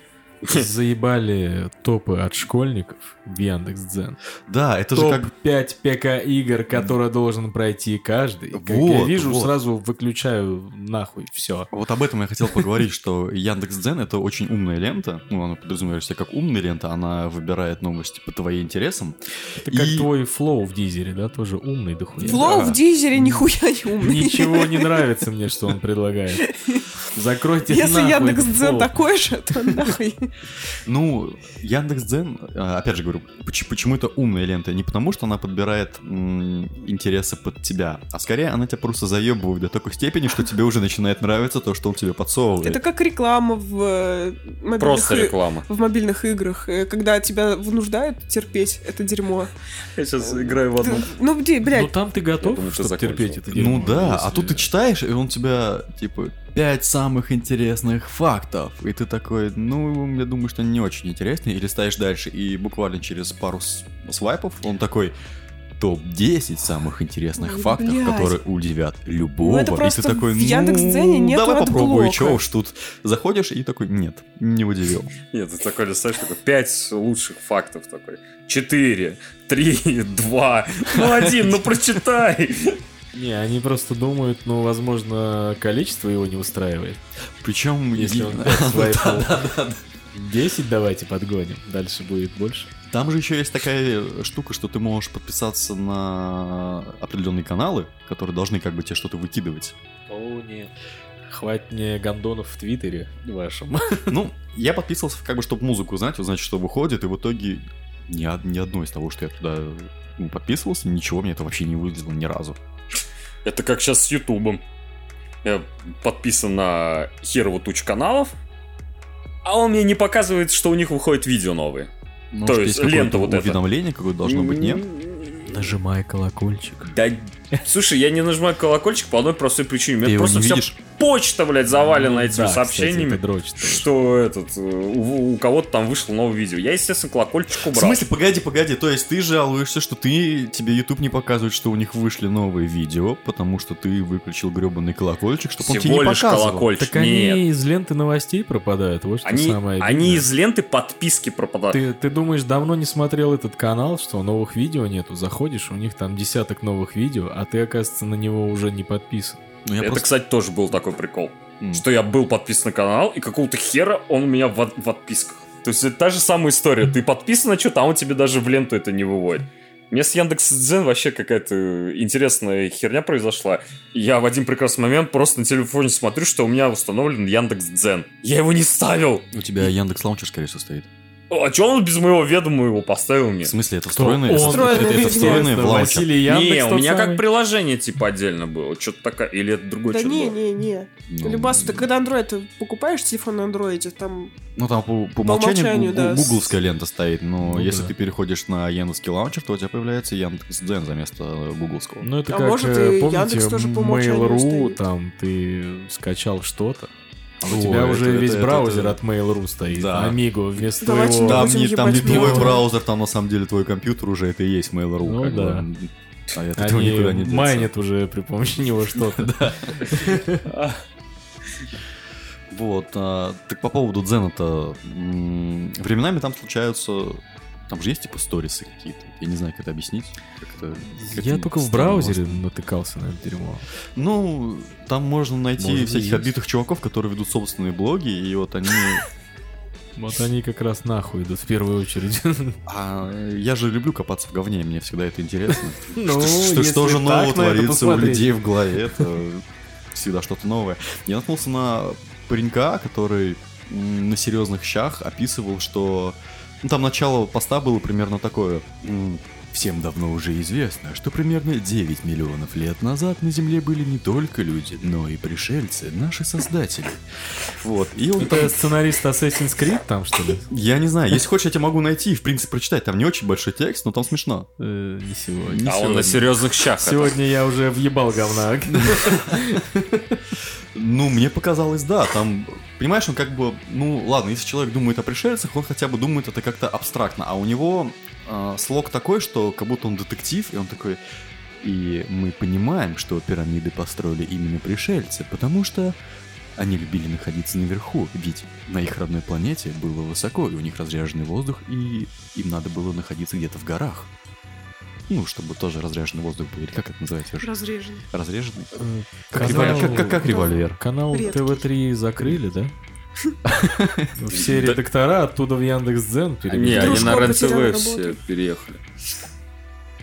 [SPEAKER 2] Заебали топы от школьников в Яндекс.Дзен.
[SPEAKER 1] Да, это же как...
[SPEAKER 2] Топ-5 ПК-игр, которые должен пройти каждый. Как я
[SPEAKER 1] Вот,
[SPEAKER 2] вижу,
[SPEAKER 1] вот.
[SPEAKER 2] сразу выключаю нахуй все.
[SPEAKER 1] Вот об этом я хотел поговорить, что Яндекс.Дзен — это очень умная лента. Ну, она подразумевает себя как умная лента, она выбирает новости по твоим интересам.
[SPEAKER 2] Это как
[SPEAKER 1] И-
[SPEAKER 2] твой флоу в Дизере, да, тоже умный дохуя.
[SPEAKER 3] Флоу
[SPEAKER 1] Да.
[SPEAKER 3] в дизере нихуя не умный.
[SPEAKER 2] Ничего не нравится мне, что он предлагает. Закройте
[SPEAKER 3] Если
[SPEAKER 2] нахуй
[SPEAKER 3] Яндекс.Дзен
[SPEAKER 2] Flow.
[SPEAKER 3] такой же, то нахуй.
[SPEAKER 1] Ну, Яндекс.Дзен, а, опять же говорю, поч- почему это умная лента? Не потому, что она подбирает м, интересы под тебя, а скорее она тебя просто заебывает до такой степени, что тебе уже начинает нравиться то, что он тебе подсовывает.
[SPEAKER 3] Это как реклама в э, мобильных
[SPEAKER 4] Просто
[SPEAKER 3] и-
[SPEAKER 4] реклама.
[SPEAKER 3] в мобильных играх, э, когда тебя вынуждают терпеть это дерьмо.
[SPEAKER 4] Я сейчас играю в
[SPEAKER 3] Ты- ну, где,
[SPEAKER 2] Ну
[SPEAKER 3] блядь,
[SPEAKER 2] там ты готов,
[SPEAKER 4] Я думаю, ты
[SPEAKER 2] чтобы
[SPEAKER 4] закончил.
[SPEAKER 2] терпеть это дерьмо,
[SPEAKER 1] Ну да, а
[SPEAKER 2] если-
[SPEAKER 1] тут ты читаешь, и он тебя, типа, пять самых интересных фактов. И ты такой, ну, я думаю, что они не очень интересные. И листаешь дальше, и буквально через пару с- свайпов он такой... Топ-10 самых интересных
[SPEAKER 3] Ой,
[SPEAKER 1] фактов,
[SPEAKER 3] блядь. Ну,
[SPEAKER 1] которые удивят любого. и
[SPEAKER 3] просто
[SPEAKER 1] ты такой,
[SPEAKER 3] в
[SPEAKER 1] ну,
[SPEAKER 3] Яндекс.Дзене нету
[SPEAKER 1] давай попробую,
[SPEAKER 3] отблока».
[SPEAKER 1] чё уж тут. Заходишь и такой, нет, не удивил.
[SPEAKER 4] Нет, ты такой листаешь, такой, пять лучших фактов такой. Четыре, три, два, ну один, ну прочитай.
[SPEAKER 2] Не, они просто думают, ну, возможно, количество его не устраивает.
[SPEAKER 1] Причем,
[SPEAKER 2] Если он пять свайпнул. 10 давайте подгоним, дальше будет больше.
[SPEAKER 1] Там же еще есть такая штука, что ты можешь подписаться на определенные каналы, которые должны как бы тебе что-то выкидывать.
[SPEAKER 2] О, нет. Хватит мне гондонов в Твиттере вашем.
[SPEAKER 1] Ну, я подписывался как бы, чтобы музыку знать, узнать, что выходит, и в итоге ни, од- ни одно из того, что я туда ну, подписывался, ничего мне это вообще не вылезло ни разу.
[SPEAKER 4] Это как сейчас с Ютубом. Я подписан на херово тучу каналов, а он мне не показывает, что у них выходят видео новые.
[SPEAKER 1] Может,
[SPEAKER 4] То есть лента
[SPEAKER 1] Ну, какое-то
[SPEAKER 4] вот эта.
[SPEAKER 1] уведомление какое-то должно быть, нет?
[SPEAKER 2] Нажимай колокольчик.
[SPEAKER 4] Да, слушай, я не нажимаю колокольчик по одной простой причине. У
[SPEAKER 1] Ты
[SPEAKER 4] меня
[SPEAKER 1] его
[SPEAKER 4] просто
[SPEAKER 1] не
[SPEAKER 4] вся
[SPEAKER 1] видишь? Ну
[SPEAKER 4] почта, блядь, завалена этими
[SPEAKER 2] Ну Да, кстати,
[SPEAKER 4] сообщениями.
[SPEAKER 2] это дрочь тоже.
[SPEAKER 4] что этот, э, у, у кого-то там вышло новое видео. Я, естественно, колокольчик
[SPEAKER 1] В
[SPEAKER 4] убрал.
[SPEAKER 1] смысле, погоди, погоди, то есть ты жалуешься, что ты, тебе YouTube не показывает, что у них вышли новые видео, потому что ты выключил гребаный колокольчик, чтобы он тебе не
[SPEAKER 4] Всего лишь
[SPEAKER 1] показывал.
[SPEAKER 4] колокольчик.
[SPEAKER 2] Так
[SPEAKER 4] Нет.
[SPEAKER 2] они из ленты новостей пропадают, вот что
[SPEAKER 4] Они,
[SPEAKER 2] самое
[SPEAKER 4] они
[SPEAKER 2] обидное.
[SPEAKER 4] из ленты подписки пропадают.
[SPEAKER 2] Ты, ты думаешь, давно не смотрел этот канал, что новых видео нету? Заходишь, у них там десяток новых видео, а ты, оказывается, на него уже не подписан.
[SPEAKER 1] Ну, я
[SPEAKER 4] Это,
[SPEAKER 1] просто-
[SPEAKER 4] кстати, тоже был такой прикол.
[SPEAKER 1] М.
[SPEAKER 4] Что я был подписан на канал, и какого-то хера он у меня в, от- в отписках. То есть это та же самая история. Ты подписан на что-то, а он тебе даже в ленту это не выводит. Мне с Яндекс.Дзен вообще какая-то интересная херня произошла. Я в один прекрасный момент просто на телефоне смотрю, что у меня установлен Яндекс.Дзен. Я его не ставил!
[SPEAKER 1] У тебя Яндекс Лаунчер, скорее всего, стоит.
[SPEAKER 4] А чё он без моего ведома его поставил мне?
[SPEAKER 1] В смысле, это
[SPEAKER 2] Кто
[SPEAKER 1] встроенное?
[SPEAKER 2] он?
[SPEAKER 1] это-
[SPEAKER 3] Встроенное,
[SPEAKER 1] это, это встроенное в лаунчер.
[SPEAKER 2] Василий Яндекс
[SPEAKER 4] не, у
[SPEAKER 2] тот
[SPEAKER 4] меня
[SPEAKER 2] самый.
[SPEAKER 4] как приложение типа отдельно было. Что-то такое. Или это другое
[SPEAKER 3] да
[SPEAKER 4] чё-то
[SPEAKER 3] не,
[SPEAKER 4] было?
[SPEAKER 3] не, не.
[SPEAKER 1] Ну,
[SPEAKER 3] Любас, ты когда Android ты покупаешь телефон на андроиде, там
[SPEAKER 1] Ну, там по, по умолчанию
[SPEAKER 3] умолчанию,
[SPEAKER 1] гу-
[SPEAKER 3] да, с-
[SPEAKER 1] гугловская лента стоит, но
[SPEAKER 2] Ну
[SPEAKER 1] если
[SPEAKER 2] да.
[SPEAKER 1] ты переходишь на яндекский лаунчер, то у тебя появляется Яндекс.Дзен за место гугловского.
[SPEAKER 2] Ну, это
[SPEAKER 3] А
[SPEAKER 2] как,
[SPEAKER 3] может,
[SPEAKER 2] э,
[SPEAKER 3] и
[SPEAKER 2] помните,
[SPEAKER 3] Яндекс тоже по умолчанию
[SPEAKER 2] Mail.ru,
[SPEAKER 3] стоит.
[SPEAKER 2] там ты скачал что-то, а
[SPEAKER 1] О,
[SPEAKER 2] у тебя
[SPEAKER 1] это-
[SPEAKER 2] уже
[SPEAKER 1] это-
[SPEAKER 2] весь
[SPEAKER 1] это-
[SPEAKER 2] браузер
[SPEAKER 1] это-
[SPEAKER 2] от Mail.ru стоит,
[SPEAKER 1] Да.
[SPEAKER 2] Амиго вместо
[SPEAKER 3] Давайте
[SPEAKER 2] твоего...
[SPEAKER 3] не
[SPEAKER 1] Там
[SPEAKER 3] будем
[SPEAKER 1] не, там не
[SPEAKER 3] ебать
[SPEAKER 1] твой
[SPEAKER 2] Mail.ru.
[SPEAKER 1] браузер, там на самом деле твой компьютер уже, это и есть Mail.ru.
[SPEAKER 2] Ну
[SPEAKER 1] как бы.
[SPEAKER 2] да.
[SPEAKER 1] А это этого
[SPEAKER 2] Они
[SPEAKER 1] никуда не деться.
[SPEAKER 2] майнят уже при помощи него что-то.
[SPEAKER 1] Вот, а, так по поводу Дзена-то, м, временами там случаются, там же есть типа сторисы какие-то, я не знаю, как это объяснить. Как-то- как
[SPEAKER 2] Я
[SPEAKER 1] это
[SPEAKER 2] только в
[SPEAKER 1] странно
[SPEAKER 2] браузере натыкался на это дерьмо.
[SPEAKER 1] Ну, там можно найти
[SPEAKER 2] Может, и
[SPEAKER 1] всяких
[SPEAKER 2] есть.
[SPEAKER 1] отбитых чуваков, которые ведут собственные блоги, и вот они...
[SPEAKER 2] Вот они как раз нахуй идут в первую очередь.
[SPEAKER 1] А, я же люблю копаться в говне, мне всегда это интересно. Что-
[SPEAKER 2] Ну,
[SPEAKER 1] что-
[SPEAKER 2] если
[SPEAKER 1] Что же
[SPEAKER 2] так
[SPEAKER 1] нового
[SPEAKER 2] на это
[SPEAKER 1] творится у
[SPEAKER 2] посмотреть.
[SPEAKER 1] людей в голове? Это всегда что-то новое. Я наткнулся на паренька, который м, на серьезных щах описывал, что... Ну, там начало поста было примерно такое. м, Всем давно уже известно, что примерно 9 миллионов лет назад на Земле были не только люди, но и пришельцы, наши создатели. Вот. И он
[SPEAKER 2] Ну, Это сценарист Assassin's Creed там, что ли?
[SPEAKER 1] Я не знаю, если хочешь, я тебе могу найти и, в принципе, прочитать. Там не очень большой текст, но там смешно.
[SPEAKER 2] Э, Не сегодня.
[SPEAKER 1] Не
[SPEAKER 4] А он
[SPEAKER 1] сегодня.
[SPEAKER 4] на серьезных щах. это.
[SPEAKER 2] Сегодня я уже въебал говна.
[SPEAKER 1] Ну, мне показалось, да, там Понимаешь, он как бы, ну ладно, если человек думает о пришельцах, он хотя бы думает это как-то абстрактно, а у него э, слог такой, что как будто он детектив, и он такой, и мы понимаем, что пирамиды построили именно пришельцы, потому что они любили находиться наверху, ведь на их родной планете было высоко, и у них разряженный воздух, и им надо было находиться где-то в горах. Ну, чтобы тоже разряженный воздух был, или как это называется? уже?
[SPEAKER 3] Разрежен.
[SPEAKER 1] Разреженный?
[SPEAKER 2] Э,
[SPEAKER 1] Как,
[SPEAKER 2] канал-
[SPEAKER 1] револьвер, как- как револьвер.
[SPEAKER 2] Канал
[SPEAKER 3] Редкий.
[SPEAKER 2] ТВ-3 закрыли, да? Все редактора оттуда в Яндекс.Дзен
[SPEAKER 4] Не,
[SPEAKER 2] перевели.
[SPEAKER 4] они
[SPEAKER 3] Дружко
[SPEAKER 4] на
[SPEAKER 3] потерял
[SPEAKER 4] РЕН-ТВ все
[SPEAKER 3] работу.
[SPEAKER 4] переехали.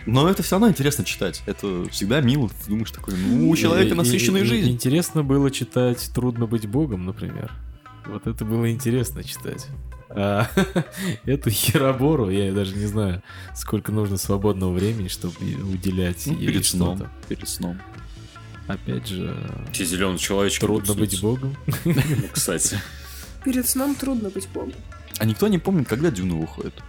[SPEAKER 1] Но это все равно интересно читать. Это всегда мило. Ты думаешь такой, ну, у человека
[SPEAKER 2] И-
[SPEAKER 1] насыщенная
[SPEAKER 2] и- и-
[SPEAKER 1] жизнь.
[SPEAKER 2] Интересно было читать «Трудно быть богом», например. Вот это было интересно читать. А эту херобору, я даже не знаю, сколько нужно свободного времени, чтобы уделять
[SPEAKER 1] Ну,
[SPEAKER 2] ей
[SPEAKER 1] перед сном.
[SPEAKER 2] что-то.
[SPEAKER 1] Перед сном.
[SPEAKER 2] Опять же,
[SPEAKER 4] Че зеленый человечек.
[SPEAKER 2] трудно быть богом.
[SPEAKER 4] богом. Кстати.
[SPEAKER 3] Перед сном трудно быть богом.
[SPEAKER 1] А никто не помнит, когда Дюна выходит.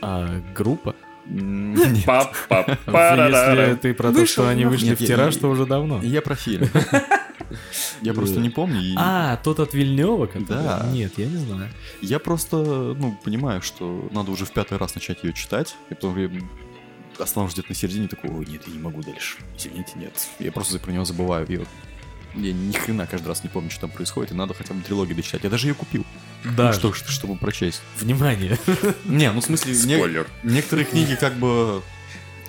[SPEAKER 2] А группа? А
[SPEAKER 1] М,
[SPEAKER 4] пап пап
[SPEAKER 2] Если ты про то,
[SPEAKER 3] Вышел,
[SPEAKER 2] что они
[SPEAKER 3] но-
[SPEAKER 2] вышли
[SPEAKER 1] Нет,
[SPEAKER 2] в
[SPEAKER 1] я-
[SPEAKER 2] тираж,
[SPEAKER 1] я-
[SPEAKER 2] то уже давно.
[SPEAKER 1] Я про фильм. Я просто не помню. и
[SPEAKER 2] А, тот от Вильнева? который?
[SPEAKER 1] Да.
[SPEAKER 2] Нет, я не знаю.
[SPEAKER 1] Я просто, ну, понимаю, что надо уже в пятый раз начать ее читать. И потом я останусь где-то на середине, такой, ой, нет, я не могу дальше. Извините, нет. Я просто про него забываю. И вот я ни хрена каждый раз не помню, что там происходит, и надо хотя бы трилогию дочитать. Я даже ее купил,
[SPEAKER 2] Да,
[SPEAKER 1] ну, что, что- чтобы прочесть.
[SPEAKER 2] внимание.
[SPEAKER 1] Не, ну в смысле, не-
[SPEAKER 4] Спойлер.
[SPEAKER 1] некоторые книги как бы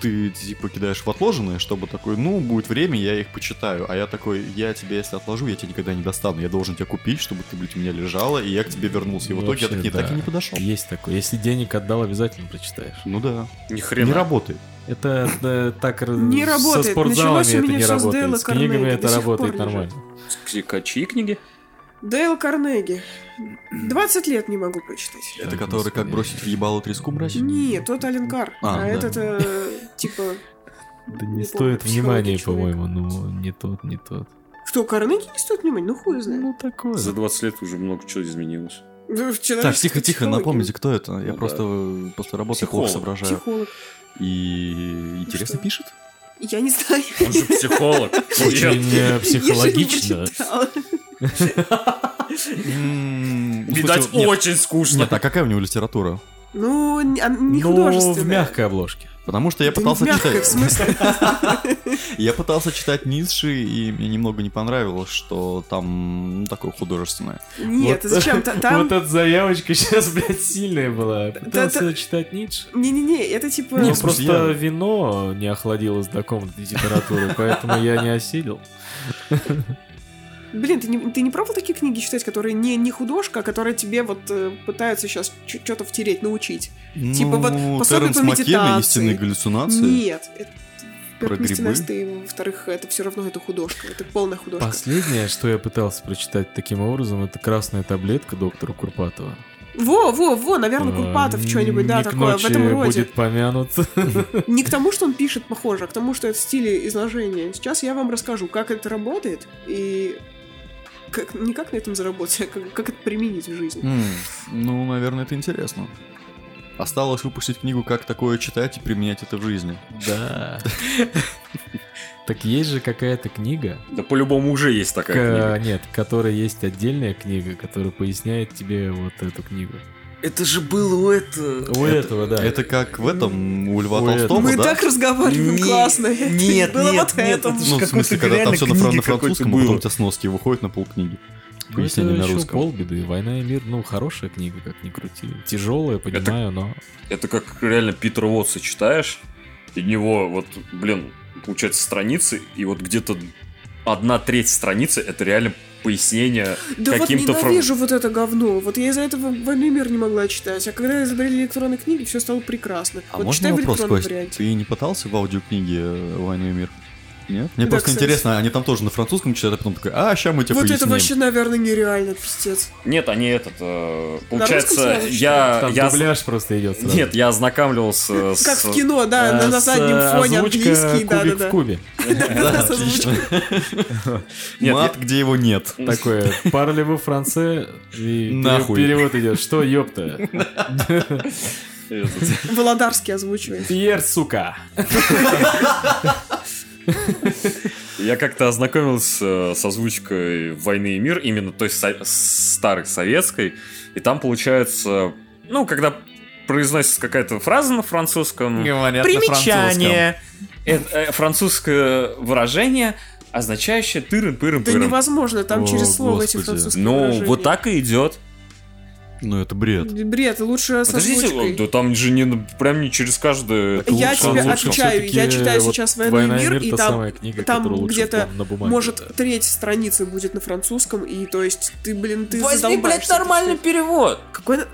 [SPEAKER 1] ты типа кидаешь в отложенные, чтобы такой, ну, будет время, я их почитаю. А я такой, я тебе, если отложу, я тебя никогда не достану. Я должен тебя купить, чтобы ты, блядь, у меня лежала, и я к тебе вернулся. И в
[SPEAKER 2] Ну,
[SPEAKER 1] итоге я так,
[SPEAKER 2] вообще,
[SPEAKER 1] не, так и
[SPEAKER 2] да.
[SPEAKER 1] не подошел.
[SPEAKER 2] Есть такое. Если денег отдал, обязательно прочитаешь.
[SPEAKER 1] Ну да.
[SPEAKER 4] Ни
[SPEAKER 1] Не
[SPEAKER 4] хрена.
[SPEAKER 1] работает.
[SPEAKER 2] Это э, так р-
[SPEAKER 3] Не
[SPEAKER 2] Со
[SPEAKER 3] работает.
[SPEAKER 2] спортзалами
[SPEAKER 3] Началось у
[SPEAKER 2] это
[SPEAKER 3] меня
[SPEAKER 2] не
[SPEAKER 3] всё с
[SPEAKER 2] работает.
[SPEAKER 3] Дейла
[SPEAKER 2] с книгами
[SPEAKER 3] Карнеги, до
[SPEAKER 2] это
[SPEAKER 3] сих
[SPEAKER 2] работает
[SPEAKER 3] пор
[SPEAKER 2] нормально.
[SPEAKER 4] К- Чьи книги?
[SPEAKER 3] Дейл Карнеги. 20 лет не могу прочитать.
[SPEAKER 1] Это
[SPEAKER 2] Так,
[SPEAKER 1] который как
[SPEAKER 2] господи.
[SPEAKER 1] бросить в ебало треску бросить?
[SPEAKER 3] Не, тот Аленкар.
[SPEAKER 1] А,
[SPEAKER 3] А,
[SPEAKER 1] да.
[SPEAKER 3] этот, э, типа...
[SPEAKER 2] Да
[SPEAKER 3] Не
[SPEAKER 2] не стоит
[SPEAKER 3] помню,
[SPEAKER 2] внимания,
[SPEAKER 3] психология человека.
[SPEAKER 2] по-моему. Ну, не тот, не тот.
[SPEAKER 3] Что, Карнеги не стоит внимания? Ну, хуй знает.
[SPEAKER 2] Ну, такое.
[SPEAKER 4] За 20 лет уже много чего изменилось.
[SPEAKER 1] Ну, Так, тихо, тихо, напомните, кто это. Я
[SPEAKER 4] Ну
[SPEAKER 1] просто э, после работы плохо
[SPEAKER 4] Психолог.
[SPEAKER 1] соображаю.
[SPEAKER 3] Психолог.
[SPEAKER 1] И интересно
[SPEAKER 3] что?
[SPEAKER 1] пишет?
[SPEAKER 3] Я не знаю.
[SPEAKER 4] Он же психолог.
[SPEAKER 2] Очень
[SPEAKER 4] Нет.
[SPEAKER 2] э,
[SPEAKER 3] Я
[SPEAKER 2] психологично.
[SPEAKER 3] же не прочитала.
[SPEAKER 4] Видать, очень скучно.
[SPEAKER 1] ну, Нет, а какая у него литература?
[SPEAKER 3] Ну, не а не
[SPEAKER 2] Ну, в
[SPEAKER 3] художественная.
[SPEAKER 2] мягкой обложке.
[SPEAKER 1] Потому что я
[SPEAKER 3] Да не
[SPEAKER 1] пытался
[SPEAKER 3] в мягкой,
[SPEAKER 1] читать.
[SPEAKER 3] в смысле?
[SPEAKER 1] Я пытался читать Ницше, и мне немного не понравилось, что там ну, такое художественное.
[SPEAKER 3] Нет,
[SPEAKER 2] Вот-
[SPEAKER 3] зачем? Та- Там...
[SPEAKER 2] Вот эта заявочка сейчас, блядь, сильная была.
[SPEAKER 3] да.
[SPEAKER 2] Пытался читать Ницше.
[SPEAKER 3] Не-не-не, это типа...
[SPEAKER 1] Не,
[SPEAKER 2] Ну,
[SPEAKER 1] в смысле,
[SPEAKER 2] просто
[SPEAKER 1] я-
[SPEAKER 2] вино не охладилось до комнатной температуры, поэтому я не осилил.
[SPEAKER 3] Блин, ты не, ты не пробовал такие книги читать, которые не, не художка, а которые тебе вот э, пытаются сейчас что-то втереть, научить? Типа вот
[SPEAKER 1] Ну,
[SPEAKER 3] пособие
[SPEAKER 1] Терренс
[SPEAKER 3] по
[SPEAKER 1] Маккенна,
[SPEAKER 3] медитации.
[SPEAKER 1] истинные галлюцинации.
[SPEAKER 3] Нет. это-
[SPEAKER 1] Про
[SPEAKER 3] Во-первых,
[SPEAKER 1] грибы?
[SPEAKER 3] Стейва, во-вторых, это все равно это художка, это полная художка.
[SPEAKER 2] Последнее, что я пытался прочитать таким образом, это красная таблетка доктора Курпатова.
[SPEAKER 3] Во, во, во, наверное, Курпатов
[SPEAKER 2] Э,
[SPEAKER 3] что-нибудь, да,
[SPEAKER 2] Ник
[SPEAKER 3] такое, в этом
[SPEAKER 2] Ночи
[SPEAKER 3] роде.
[SPEAKER 2] будет помянут.
[SPEAKER 3] Не к тому, что он пишет, похоже, а к тому, что это в стиле изложения. Сейчас я вам расскажу, как это работает и как, не как на этом заработать, а как, как это применить в жизни.
[SPEAKER 1] М, Ну, наверное, это интересно. Осталось выпустить книгу «Как такое читать и применять это в жизни».
[SPEAKER 2] Да. Так есть же какая-то книга,
[SPEAKER 4] Да по-любому уже есть
[SPEAKER 2] к-
[SPEAKER 4] такая книга.
[SPEAKER 2] нет, которая есть отдельная книга, которая поясняет тебе вот эту книгу.
[SPEAKER 4] Это же было у этого...
[SPEAKER 2] У этого, да.
[SPEAKER 1] Это как в этом у Льва
[SPEAKER 2] Ой, это-
[SPEAKER 1] Толстого,
[SPEAKER 3] Мы
[SPEAKER 1] да?
[SPEAKER 3] так разговариваем
[SPEAKER 4] Не-
[SPEAKER 3] классно.
[SPEAKER 4] нет,
[SPEAKER 3] было
[SPEAKER 4] нет,
[SPEAKER 3] вот
[SPEAKER 4] нет, это
[SPEAKER 3] это.
[SPEAKER 4] ж
[SPEAKER 1] Ну, в
[SPEAKER 4] какой-то
[SPEAKER 1] смысле, когда там
[SPEAKER 4] реально
[SPEAKER 1] все на,
[SPEAKER 4] книги
[SPEAKER 1] на
[SPEAKER 4] какой-то
[SPEAKER 1] французском, а
[SPEAKER 4] было.
[SPEAKER 1] потом у тебя сноски выходят на полкниги.
[SPEAKER 2] Ну, это
[SPEAKER 1] Пояснение на
[SPEAKER 2] еще
[SPEAKER 1] русском.
[SPEAKER 2] полбеды. «Война и мир», ну, хорошая книга, как ни крути. Тяжелая, понимаю, но...
[SPEAKER 4] Это как реально Питер Уотса читаешь, и у него вот, блин, получается страницы, и вот где-то одна треть страницы это реально пояснение
[SPEAKER 3] Да вот
[SPEAKER 4] каким-то фраз-
[SPEAKER 3] ненавижу вот это говно. Вот я из-за этого «Войну и мир» не могла читать. А когда изобрели электронные книги, все стало прекрасно.
[SPEAKER 1] А
[SPEAKER 3] вот
[SPEAKER 1] можно
[SPEAKER 3] читай в
[SPEAKER 1] вопрос,
[SPEAKER 3] электронном
[SPEAKER 1] Кость?
[SPEAKER 3] варианте.
[SPEAKER 1] Ты не пытался в аудиокниге э, «Войну и мир»? Нет? Мне
[SPEAKER 3] Да,
[SPEAKER 1] просто
[SPEAKER 3] кстати.
[SPEAKER 1] интересно, они там тоже на французском читают, а потом такой, а, сейчас мы тебе
[SPEAKER 3] Вот это
[SPEAKER 1] поясним.
[SPEAKER 3] вообще, наверное, нереально, пиздец.
[SPEAKER 4] Нет, они этот... э,
[SPEAKER 3] русском
[SPEAKER 4] получается,
[SPEAKER 3] сразу
[SPEAKER 4] я...
[SPEAKER 2] Там
[SPEAKER 4] я
[SPEAKER 2] дубляж просто идет сразу.
[SPEAKER 4] Нет, я ознакомливался с...
[SPEAKER 3] Как в кино, да, на, на
[SPEAKER 2] С,
[SPEAKER 3] заднем
[SPEAKER 2] э,
[SPEAKER 3] фоне
[SPEAKER 2] озвучка
[SPEAKER 3] английский,
[SPEAKER 2] «Кубик
[SPEAKER 3] да-да-да.
[SPEAKER 2] в кубе.
[SPEAKER 3] Да, с озвучкой.
[SPEAKER 4] Нет,
[SPEAKER 1] Мат, где его нет.
[SPEAKER 2] Такое, парли во франце, и пере-
[SPEAKER 1] Нахуй.
[SPEAKER 2] перевод идет, что ёпта,
[SPEAKER 4] я- этот,
[SPEAKER 3] Володарский озвучивает.
[SPEAKER 2] Пьер, сука.
[SPEAKER 4] Я как-то ознакомился э, с озвучкой «Войны и мир», именно той со- старой советской, и там получается, ну, когда произносится какая-то фраза на французском,
[SPEAKER 5] Говорят на
[SPEAKER 4] примечание, это, э, французское выражение, означающее
[SPEAKER 3] Да
[SPEAKER 4] тырын-пырын-пырын.
[SPEAKER 3] невозможно, там
[SPEAKER 1] О,
[SPEAKER 3] через слово эти
[SPEAKER 1] господи.
[SPEAKER 3] французские
[SPEAKER 4] Ну,
[SPEAKER 3] выражения.
[SPEAKER 4] вот так и идет.
[SPEAKER 1] Ну это бред.
[SPEAKER 3] Бред, лучше с
[SPEAKER 4] Подождите,
[SPEAKER 3] озвучкой.
[SPEAKER 4] да там же не прям не через каждое.
[SPEAKER 2] Это
[SPEAKER 3] Я
[SPEAKER 2] лучше
[SPEAKER 3] тебе
[SPEAKER 2] озвучка.
[SPEAKER 3] отвечаю, я
[SPEAKER 2] Всё-таки
[SPEAKER 3] читаю
[SPEAKER 2] вот
[SPEAKER 3] сейчас «Войну и мир», и
[SPEAKER 2] та
[SPEAKER 3] там-
[SPEAKER 2] самая книга,
[SPEAKER 3] там
[SPEAKER 2] которую лучше
[SPEAKER 3] где-то
[SPEAKER 2] прям на бумаге.
[SPEAKER 3] Может, треть страницы будет на французском, и то есть ты, блин, ты
[SPEAKER 4] Возьми, блядь,
[SPEAKER 3] задолбаешься это
[SPEAKER 4] нормальный
[SPEAKER 3] читать.
[SPEAKER 4] перевод.
[SPEAKER 3] Какой... на-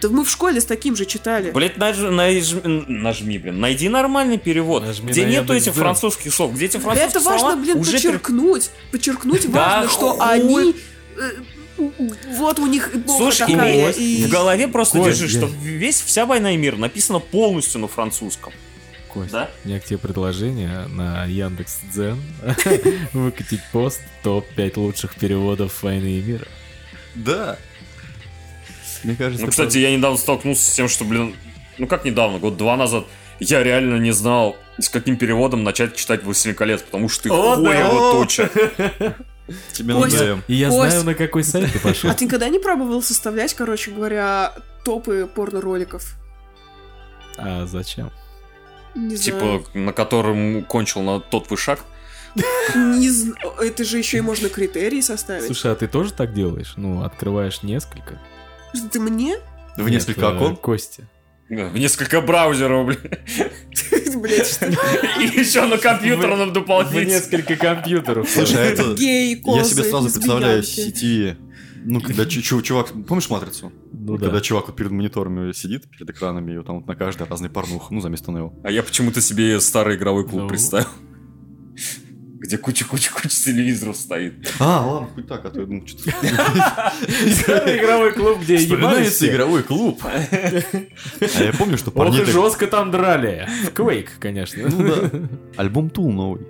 [SPEAKER 3] Да мы в школе с таким же читали.
[SPEAKER 4] Блять, нажми, нажми, блин, найди нормальный перевод,
[SPEAKER 2] Нажми
[SPEAKER 4] где
[SPEAKER 2] на
[SPEAKER 4] нету
[SPEAKER 2] Яндекс
[SPEAKER 4] этих
[SPEAKER 2] Дзен.
[SPEAKER 4] французских слов, где эти
[SPEAKER 3] Да
[SPEAKER 4] французские
[SPEAKER 3] это
[SPEAKER 4] слова
[SPEAKER 3] важно, блин,
[SPEAKER 4] уже пер-
[SPEAKER 3] подчеркнуть. Подчеркнуть
[SPEAKER 4] Да
[SPEAKER 3] важно, что
[SPEAKER 4] хуй.
[SPEAKER 3] они... э, Вот у них эпоха
[SPEAKER 4] Слушай, имей-
[SPEAKER 3] такая, и-
[SPEAKER 4] в голове просто
[SPEAKER 2] Кость,
[SPEAKER 4] держи,
[SPEAKER 2] я-
[SPEAKER 4] что весь вся война и мир написана полностью на французском.
[SPEAKER 2] Кость,
[SPEAKER 4] Да?
[SPEAKER 2] У меня к тебе предложение на Яндекс Дзен выкатить пост топ-5 лучших переводов «Войны и мира».
[SPEAKER 1] Да. Мне кажется,
[SPEAKER 4] Ну, кстати, я недавно столкнулся с тем, что, блин, ну как недавно, год-два назад, я реально не знал, с каким переводом начать читать «Властелин колец», потому что их
[SPEAKER 1] О, да.
[SPEAKER 4] хуево туча.
[SPEAKER 1] по- тебе
[SPEAKER 3] Костя.
[SPEAKER 1] надоем.
[SPEAKER 2] И я
[SPEAKER 3] Кость.
[SPEAKER 2] знаю, на какой сайт ты пошел.
[SPEAKER 3] А ты никогда не пробовал составлять, короче говоря, топы порно-роликов?
[SPEAKER 2] А зачем?
[SPEAKER 3] Не
[SPEAKER 4] Типа,
[SPEAKER 3] знаю.
[SPEAKER 4] на котором кончил на тот вышаг.
[SPEAKER 3] Не зн- Это же еще и можно критерии составить.
[SPEAKER 2] Слушай, а ты тоже так делаешь? Ну, открываешь несколько.
[SPEAKER 3] Ты мне?
[SPEAKER 1] В
[SPEAKER 2] Нет,
[SPEAKER 1] несколько
[SPEAKER 2] э,
[SPEAKER 1] окон.
[SPEAKER 2] Костя.
[SPEAKER 4] В несколько браузеров, блин.
[SPEAKER 3] Блять, что ли?
[SPEAKER 4] И еще на компьютерном
[SPEAKER 2] В
[SPEAKER 4] дополнительном.
[SPEAKER 2] несколько компьютеров.
[SPEAKER 1] Слушай, а это...
[SPEAKER 3] Геи,
[SPEAKER 1] Я
[SPEAKER 3] козы,
[SPEAKER 1] себе сразу
[SPEAKER 3] лесбиянки.
[SPEAKER 1] представляю CTV. Ну, когда чу- чу- чувак... Помнишь «Матрицу»?
[SPEAKER 2] Ну
[SPEAKER 1] Когда
[SPEAKER 2] да.
[SPEAKER 1] чувак вот перед мониторами сидит, перед экранами, и вот там вот на каждой разный порнух, ну, заместо него.
[SPEAKER 4] А я почему-то себе старый игровой клуб
[SPEAKER 2] Ну.
[SPEAKER 4] представил. Где куча-куча-куча телевизоров стоит.
[SPEAKER 1] А, ладно, хоть так, а то я думал, что-то...
[SPEAKER 2] Старый игровой клуб, где ебались
[SPEAKER 1] Вспоминается
[SPEAKER 2] все.
[SPEAKER 1] игровой клуб. А я помню, что
[SPEAKER 2] Ох,
[SPEAKER 1] парни...
[SPEAKER 2] и
[SPEAKER 1] так-
[SPEAKER 2] жестко там драли. Квейк, конечно.
[SPEAKER 1] Ну да. Альбом Тул новый.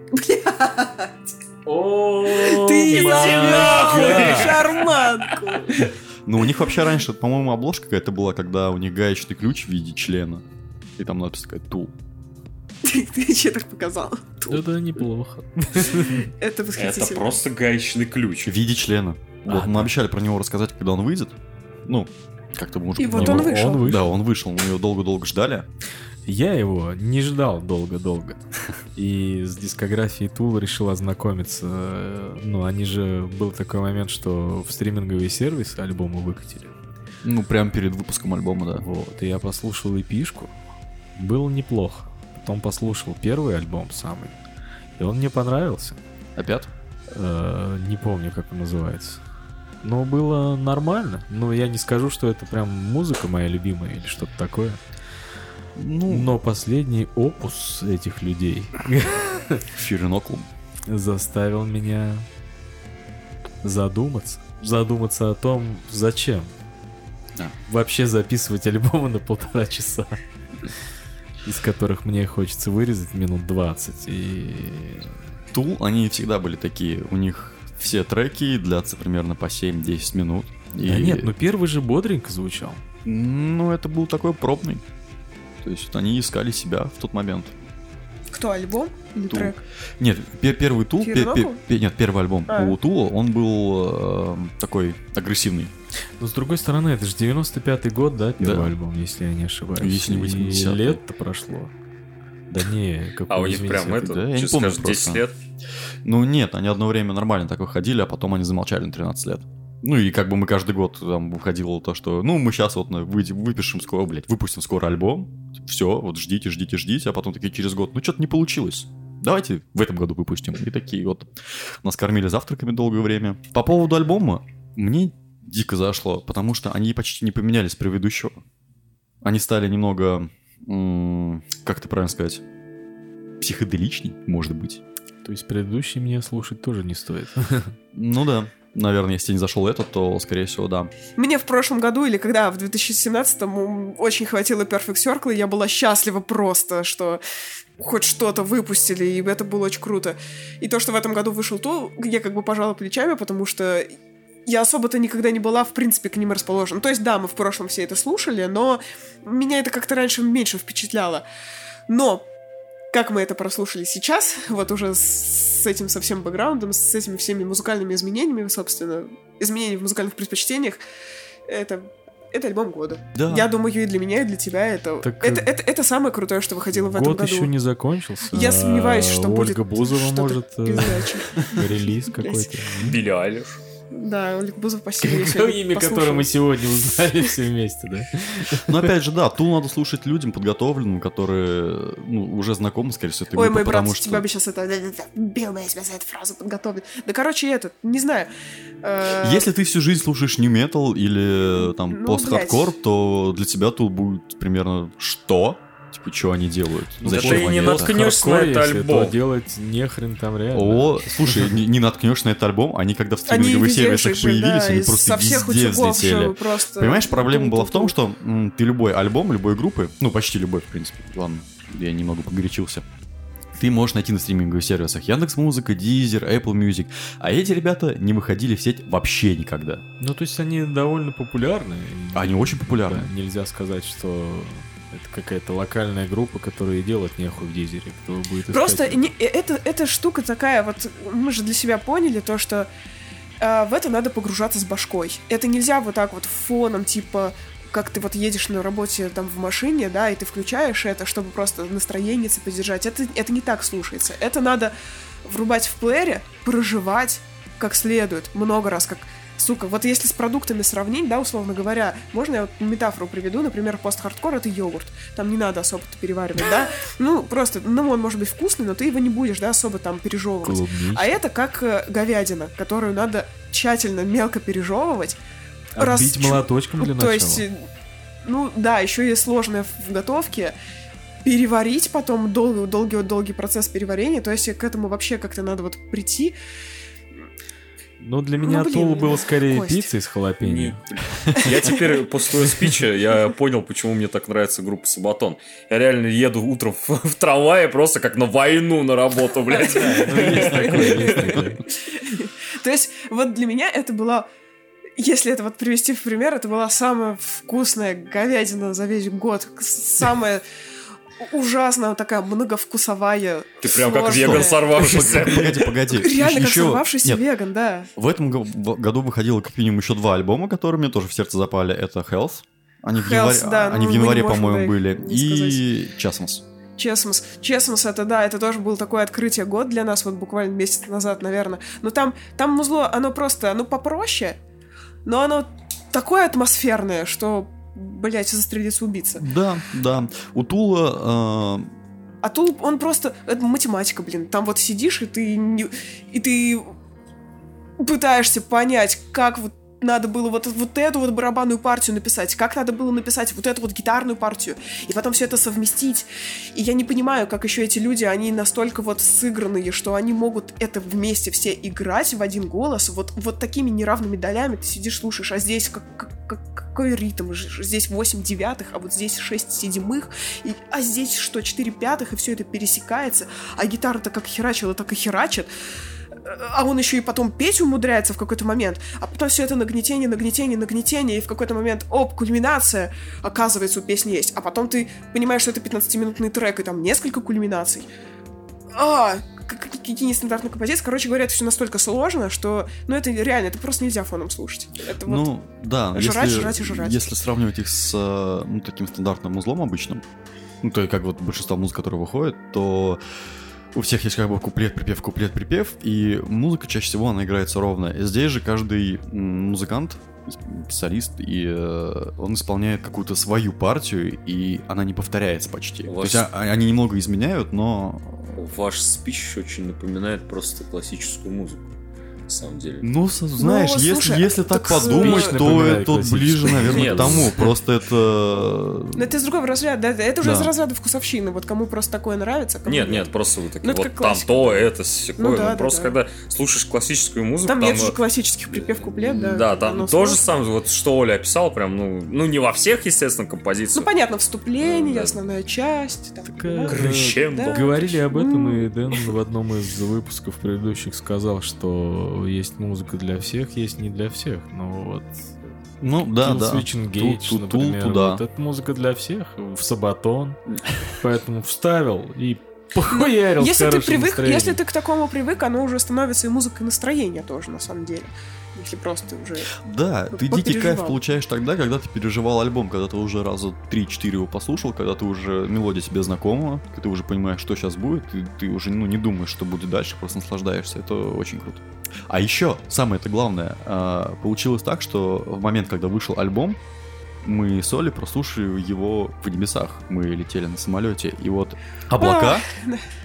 [SPEAKER 3] Ты
[SPEAKER 2] О,
[SPEAKER 3] иди нахуй,
[SPEAKER 2] да.
[SPEAKER 3] шарманку.
[SPEAKER 1] Ну, у них вообще раньше, по-моему, обложка какая-то была, когда у них гаечный ключ в виде члена. И там надпись такая «Тул».
[SPEAKER 3] Ты, ты че так показал?
[SPEAKER 2] Это неплохо.
[SPEAKER 3] Это восхитительно.
[SPEAKER 4] Это просто гаечный ключ.
[SPEAKER 1] В виде члена. Вот,
[SPEAKER 2] А,
[SPEAKER 1] мы
[SPEAKER 2] да.
[SPEAKER 1] обещали про него рассказать, когда он выйдет. Ну, как-то мы уже...
[SPEAKER 3] И вот
[SPEAKER 1] про
[SPEAKER 3] он
[SPEAKER 1] него-
[SPEAKER 3] вышел.
[SPEAKER 1] Да, он вышел, мы его долго-долго ждали.
[SPEAKER 2] Я его не ждал долго-долго. И с дискографией Тул решил ознакомиться. Э, Ну, они же... Был такой момент, что в стриминговые сервисы альбомы выкатили.
[SPEAKER 1] Ну, прям перед выпуском альбома, да.
[SPEAKER 2] Вот, и я послушал эпишку. Было неплохо. Потом послушал первый альбом самый. И он мне понравился.
[SPEAKER 1] Опять?
[SPEAKER 2] Э, Не помню, как он называется. Но было нормально. Но я не скажу, что это прям музыка моя любимая или что-то такое.
[SPEAKER 1] Ну,
[SPEAKER 2] Но последний опус этих людей
[SPEAKER 1] Фиреноклум.
[SPEAKER 2] заставил меня задуматься. Задуматься о том, зачем
[SPEAKER 1] Да.
[SPEAKER 2] вообще записывать альбомы на полтора часа. Из которых мне хочется вырезать минут 20. И
[SPEAKER 1] Тул, они всегда были такие. У них все треки длятся примерно по 7-10 минут. И...
[SPEAKER 2] Да нет, ну первый же бодренько звучал.
[SPEAKER 1] Ну, это был такой пробный. То есть вот они искали себя в тот момент.
[SPEAKER 3] Кто, альбом или
[SPEAKER 1] Ту.
[SPEAKER 3] трек?
[SPEAKER 1] Нет, пе- первый Тул, пе- пе-
[SPEAKER 3] Фейерверку?
[SPEAKER 1] пе- нет, первый альбом
[SPEAKER 3] А.
[SPEAKER 1] у Тула, он был эм, такой агрессивный.
[SPEAKER 2] Но с другой стороны, это же 95-й год, да, первый
[SPEAKER 1] Да.
[SPEAKER 2] альбом, если я не ошибаюсь.
[SPEAKER 1] Если не
[SPEAKER 2] И
[SPEAKER 1] 80-й.
[SPEAKER 2] лет-то прошло. Да не, как
[SPEAKER 4] А у них прям это,
[SPEAKER 1] да, я не
[SPEAKER 4] честно
[SPEAKER 1] помню
[SPEAKER 4] скажу, 10
[SPEAKER 1] просто.
[SPEAKER 4] лет.
[SPEAKER 1] Ну нет, они одно время нормально так выходили, а потом они замолчали на 13 лет. Ну и как бы мы каждый год там выходило то, что ну мы сейчас вот ну, выйдем, выпишем скоро, блядь, выпустим скоро альбом. Все, вот ждите, ждите, ждите, а потом такие через год, ну что-то не получилось. Давайте в этом году выпустим. И такие вот нас кормили завтраками долгое время. По поводу альбома, мне дико зашло, потому что они почти не поменялись с предыдущего. Они стали немного, м, как это правильно сказать, психоделичней, может быть.
[SPEAKER 2] То есть предыдущий мне слушать тоже не стоит.
[SPEAKER 1] Ну да. Наверное, если не зашел этот, то, скорее всего, да.
[SPEAKER 3] Мне в прошлом году или когда, в 2017-м, очень хватило Perfect Circle, и я была счастлива просто, что хоть что-то выпустили, и это было очень круто. И то, что в этом году вышел то, я как бы пожала плечами, потому что я особо-то никогда не была, в принципе, к ним расположена. То есть, да, мы в прошлом все это слушали, но меня это как-то раньше меньше впечатляло. Но как мы это прослушали сейчас, вот уже с этим со всем бэкграундом, с этими всеми музыкальными изменениями, собственно, изменениями в музыкальных предпочтениях, это это альбом года.
[SPEAKER 1] Да.
[SPEAKER 3] Я думаю, и для меня, и для тебя это...
[SPEAKER 2] Так,
[SPEAKER 3] это,
[SPEAKER 2] э,
[SPEAKER 3] это, это самое крутое, что выходило в этом
[SPEAKER 2] Год
[SPEAKER 3] году.
[SPEAKER 2] еще не закончился.
[SPEAKER 3] Я
[SPEAKER 2] а
[SPEAKER 3] сомневаюсь, что будет
[SPEAKER 2] Ольга Бузова
[SPEAKER 3] что-то
[SPEAKER 2] может э,
[SPEAKER 3] пиздаче.
[SPEAKER 2] релиз какой-то.
[SPEAKER 4] Билли Айлиш.
[SPEAKER 3] Да, Ольга Бузова спасибо. я
[SPEAKER 2] Какое
[SPEAKER 3] сегодня
[SPEAKER 2] имя,
[SPEAKER 3] послушала.
[SPEAKER 2] которое мы сегодня узнали все вместе, да?
[SPEAKER 1] Но опять же, да, тул надо слушать людям подготовленным, которые ну, уже знакомы, скорее всего, с этой
[SPEAKER 3] Ой,
[SPEAKER 1] группой,
[SPEAKER 3] мой брат,
[SPEAKER 1] потому
[SPEAKER 3] тебя бы сейчас это... Бил бы я тебя за эту фразу подготовлю. Да, короче, этот, не знаю. э,
[SPEAKER 1] Если ты всю жизнь слушаешь нью метал или
[SPEAKER 3] Ну,
[SPEAKER 1] там
[SPEAKER 3] блядь.
[SPEAKER 1] пост-хардкор, то для тебя тут будет примерно что? Типа, что они делают?
[SPEAKER 4] Ну,
[SPEAKER 1] Зачем
[SPEAKER 4] да ты и
[SPEAKER 1] они
[SPEAKER 4] не
[SPEAKER 1] это?
[SPEAKER 4] наткнешь. Конечно,
[SPEAKER 2] Хардкор,
[SPEAKER 4] это
[SPEAKER 2] если,
[SPEAKER 4] альбом.
[SPEAKER 2] то делать не хрен там реально.
[SPEAKER 1] О, слушай, не, не наткнешь на этот альбом, они когда в
[SPEAKER 3] Они
[SPEAKER 1] стриминговых
[SPEAKER 3] везде же,
[SPEAKER 1] сервисах появились,
[SPEAKER 3] да,
[SPEAKER 1] они
[SPEAKER 3] из-
[SPEAKER 1] просто
[SPEAKER 3] со всех
[SPEAKER 1] везде
[SPEAKER 3] утюгов же
[SPEAKER 1] взлетели.
[SPEAKER 3] просто...
[SPEAKER 1] Понимаешь, проблема была в том, что м, ты любой альбом любой группы, ну почти любой, в принципе, ладно, я немного погорячился, ты можешь найти на стриминговых сервисах Яндекс.Музыка, Deezer, Apple Music, а эти ребята не выходили в сеть вообще никогда.
[SPEAKER 2] Ну, то есть они довольно популярны. и
[SPEAKER 1] Они очень популярны.
[SPEAKER 2] да, Э, Нельзя сказать, что это какая-то локальная группа, которая и делать нехуй в Дизере. Кто будет искать.
[SPEAKER 3] Просто не- э- это, эта штука такая, вот мы же для себя поняли то, что э, в это надо погружаться с башкой. Это нельзя вот так вот фоном, типа как ты вот едешь на работе там в машине, да, и ты включаешь это, чтобы просто настроение поддержать. Это, это не так слушается. Это надо врубать в плеере, проживать как следует, много раз, как Сука, вот если с продуктами сравнить, да, условно говоря, можно я вот метафору приведу, например, пост-хардкор — это йогурт, там не надо особо-то переваривать, да, ну, просто, ну, он может быть вкусный, но ты его не будешь, да, особо там пережевывать.
[SPEAKER 2] Клубничный.
[SPEAKER 3] А это как э, говядина, которую надо тщательно мелко пережевывать.
[SPEAKER 2] Отбить
[SPEAKER 3] расчу-
[SPEAKER 2] молоточком для
[SPEAKER 3] То
[SPEAKER 2] начала.
[SPEAKER 3] есть, э, ну да, еще и сложное в готовке. Переварить потом долгий-долгий-долгий процесс переварения. То есть э, к этому вообще как-то надо вот прийти.
[SPEAKER 2] Ну, для
[SPEAKER 3] ну,
[SPEAKER 2] меня
[SPEAKER 3] блин,
[SPEAKER 2] Тул было скорее
[SPEAKER 3] Кость.
[SPEAKER 2] пицца из халапеньо.
[SPEAKER 4] Я теперь после твоего спича я понял, почему мне так нравится группа Сабатон. Я реально еду утром в, в трамвае просто как на войну на работу, блядь.
[SPEAKER 2] Ну, есть такое, есть такое.
[SPEAKER 3] То есть вот для меня это была, если это вот привести в пример, это была самая вкусная говядина за весь год. К- Самая ужасная такая многовкусовая.
[SPEAKER 4] Ты прям как
[SPEAKER 3] сложная.
[SPEAKER 4] веган сорвавшийся.
[SPEAKER 1] Погоди, погоди.
[SPEAKER 3] Реально как
[SPEAKER 1] Ещё-
[SPEAKER 3] сорвавшийся
[SPEAKER 1] Нет,
[SPEAKER 3] веган, да.
[SPEAKER 1] В этом го- в- году выходило как минимум еще два альбома, которые мне тоже в сердце запали. Это Health. Они в
[SPEAKER 3] Health,
[SPEAKER 1] январе, а,
[SPEAKER 3] да,
[SPEAKER 1] они
[SPEAKER 3] ну,
[SPEAKER 1] в
[SPEAKER 3] мы не
[SPEAKER 1] январе
[SPEAKER 3] можем, да,
[SPEAKER 1] по-моему,
[SPEAKER 3] их
[SPEAKER 1] были.
[SPEAKER 3] не
[SPEAKER 1] И Часмос.
[SPEAKER 3] Чесмос. Чесмос это да, это тоже было такое открытие год для нас, вот буквально месяц назад, наверное. Но там, там музло, оно просто, оно попроще, но оно такое атмосферное, что, блядь, застрелится убийца.
[SPEAKER 1] Да, да. У Тула э,
[SPEAKER 3] А тулуп, он просто... Это математика, блин. Там вот сидишь, и ты... не- И ты пытаешься понять, как вот надо было вот, вот эту вот барабанную партию написать, как надо было написать вот эту вот гитарную партию, и потом все это совместить. И я не понимаю, как еще эти люди, они настолько вот сыгранные, что они могут это вместе все играть в один голос, вот, вот такими неравными долями ты сидишь, слушаешь, а здесь как, как- как- какой ритм, Ж- ж- здесь 8 девятых, а вот здесь 6 седьмых, и- а здесь что, 4 пятых, и все это пересекается, а гитара-то как херачила, так и херачит. Э, А он еще и потом петь умудряется в какой-то момент, а потом все это нагнетение, нагнетение, нагнетение, и в какой-то момент, оп, кульминация, оказывается, у песни есть. А потом ты понимаешь, что это 15-минутный трек, и там несколько кульминаций. А, к- к- какие нестандартные композиции. Короче говоря, это все настолько сложно, что, ну, это реально, это просто нельзя фоном слушать. Это вот...
[SPEAKER 1] Ну, да.
[SPEAKER 3] жрать,
[SPEAKER 1] если,
[SPEAKER 3] жрать и жрать.
[SPEAKER 1] Если сравнивать их с э, ну, таким стандартным узлом обычным, ну, то есть как вот большинство музык, которые выходят, то у всех есть как бы куплет, припев, куплет, припев, и музыка чаще всего, она играется ровно. Здесь же каждый м, музыкант, с- солист, и э, он исполняет какую-то свою партию, и она не повторяется почти. То
[SPEAKER 4] У вас-
[SPEAKER 1] есть а- а- они немного изменяют, но...
[SPEAKER 4] Ваш спич очень напоминает просто классическую музыку. На самом деле.
[SPEAKER 1] Ну, со- знаешь,
[SPEAKER 3] вот
[SPEAKER 1] если,
[SPEAKER 3] слушай,
[SPEAKER 1] если так,
[SPEAKER 3] так, э,
[SPEAKER 1] подумать,
[SPEAKER 2] Песня
[SPEAKER 1] то
[SPEAKER 2] напоминает
[SPEAKER 1] это вот
[SPEAKER 2] классическую.
[SPEAKER 1] ближе, наверное,
[SPEAKER 4] Нет. ну,
[SPEAKER 1] к тому. Просто это...
[SPEAKER 3] Но это из другого разряда, да, это уже
[SPEAKER 1] Да.
[SPEAKER 3] из разряда вкусовщины, вот кому просто такое нравится, кому
[SPEAKER 4] Нет, нет, просто вы такие,
[SPEAKER 3] Ну, это
[SPEAKER 4] вот
[SPEAKER 3] как
[SPEAKER 4] там
[SPEAKER 3] классика.
[SPEAKER 4] то, это, сякое.
[SPEAKER 3] Ну да, да,
[SPEAKER 4] просто
[SPEAKER 3] да.
[SPEAKER 4] когда слушаешь классическую музыку,
[SPEAKER 3] Там, нет
[SPEAKER 4] э,
[SPEAKER 3] же классических припев куплет, да.
[SPEAKER 4] Да,
[SPEAKER 3] как бы
[SPEAKER 4] там
[SPEAKER 3] оно
[SPEAKER 4] тоже
[SPEAKER 3] сложно.
[SPEAKER 4] сам, вот что Оля описал, прям, ну, ну не во всех, естественно, композициях.
[SPEAKER 3] Ну, понятно, вступление,
[SPEAKER 4] Ну, да.
[SPEAKER 3] основная часть. Там,
[SPEAKER 2] Такая-
[SPEAKER 3] да.
[SPEAKER 4] Крещендо.
[SPEAKER 3] Да.
[SPEAKER 2] Говорили об этом, и Дэн в одном из выпусков предыдущих сказал, что есть музыка для всех, есть не для всех. Но вот
[SPEAKER 1] Ну, да,
[SPEAKER 2] Kill
[SPEAKER 1] да.
[SPEAKER 2] Switch Engage,
[SPEAKER 1] Ту- ту- ту-
[SPEAKER 2] например,
[SPEAKER 1] туда.
[SPEAKER 2] вот это музыка для всех, в сабатон. Поэтому вставил и похуярил с
[SPEAKER 3] Если ты
[SPEAKER 2] хорошим
[SPEAKER 3] привык,
[SPEAKER 2] настроением.
[SPEAKER 3] если ты к такому привык, оно уже становится и музыкой настроения тоже, на самом деле. Если просто уже...
[SPEAKER 1] Да, ты дикий
[SPEAKER 3] Попереживал.
[SPEAKER 1] кайф получаешь тогда, когда ты переживал альбом, когда ты уже раза 3-4 его послушал, когда ты уже мелодия тебе знакома, когда ты уже понимаешь, что сейчас будет, и ты уже ну, не думаешь, что будет дальше, просто наслаждаешься. Это очень круто. А еще, самое-то главное, а, получилось так, что в момент, когда вышел альбом, мы с Олей прослушали его в небесах. Мы летели на самолете, и вот облака,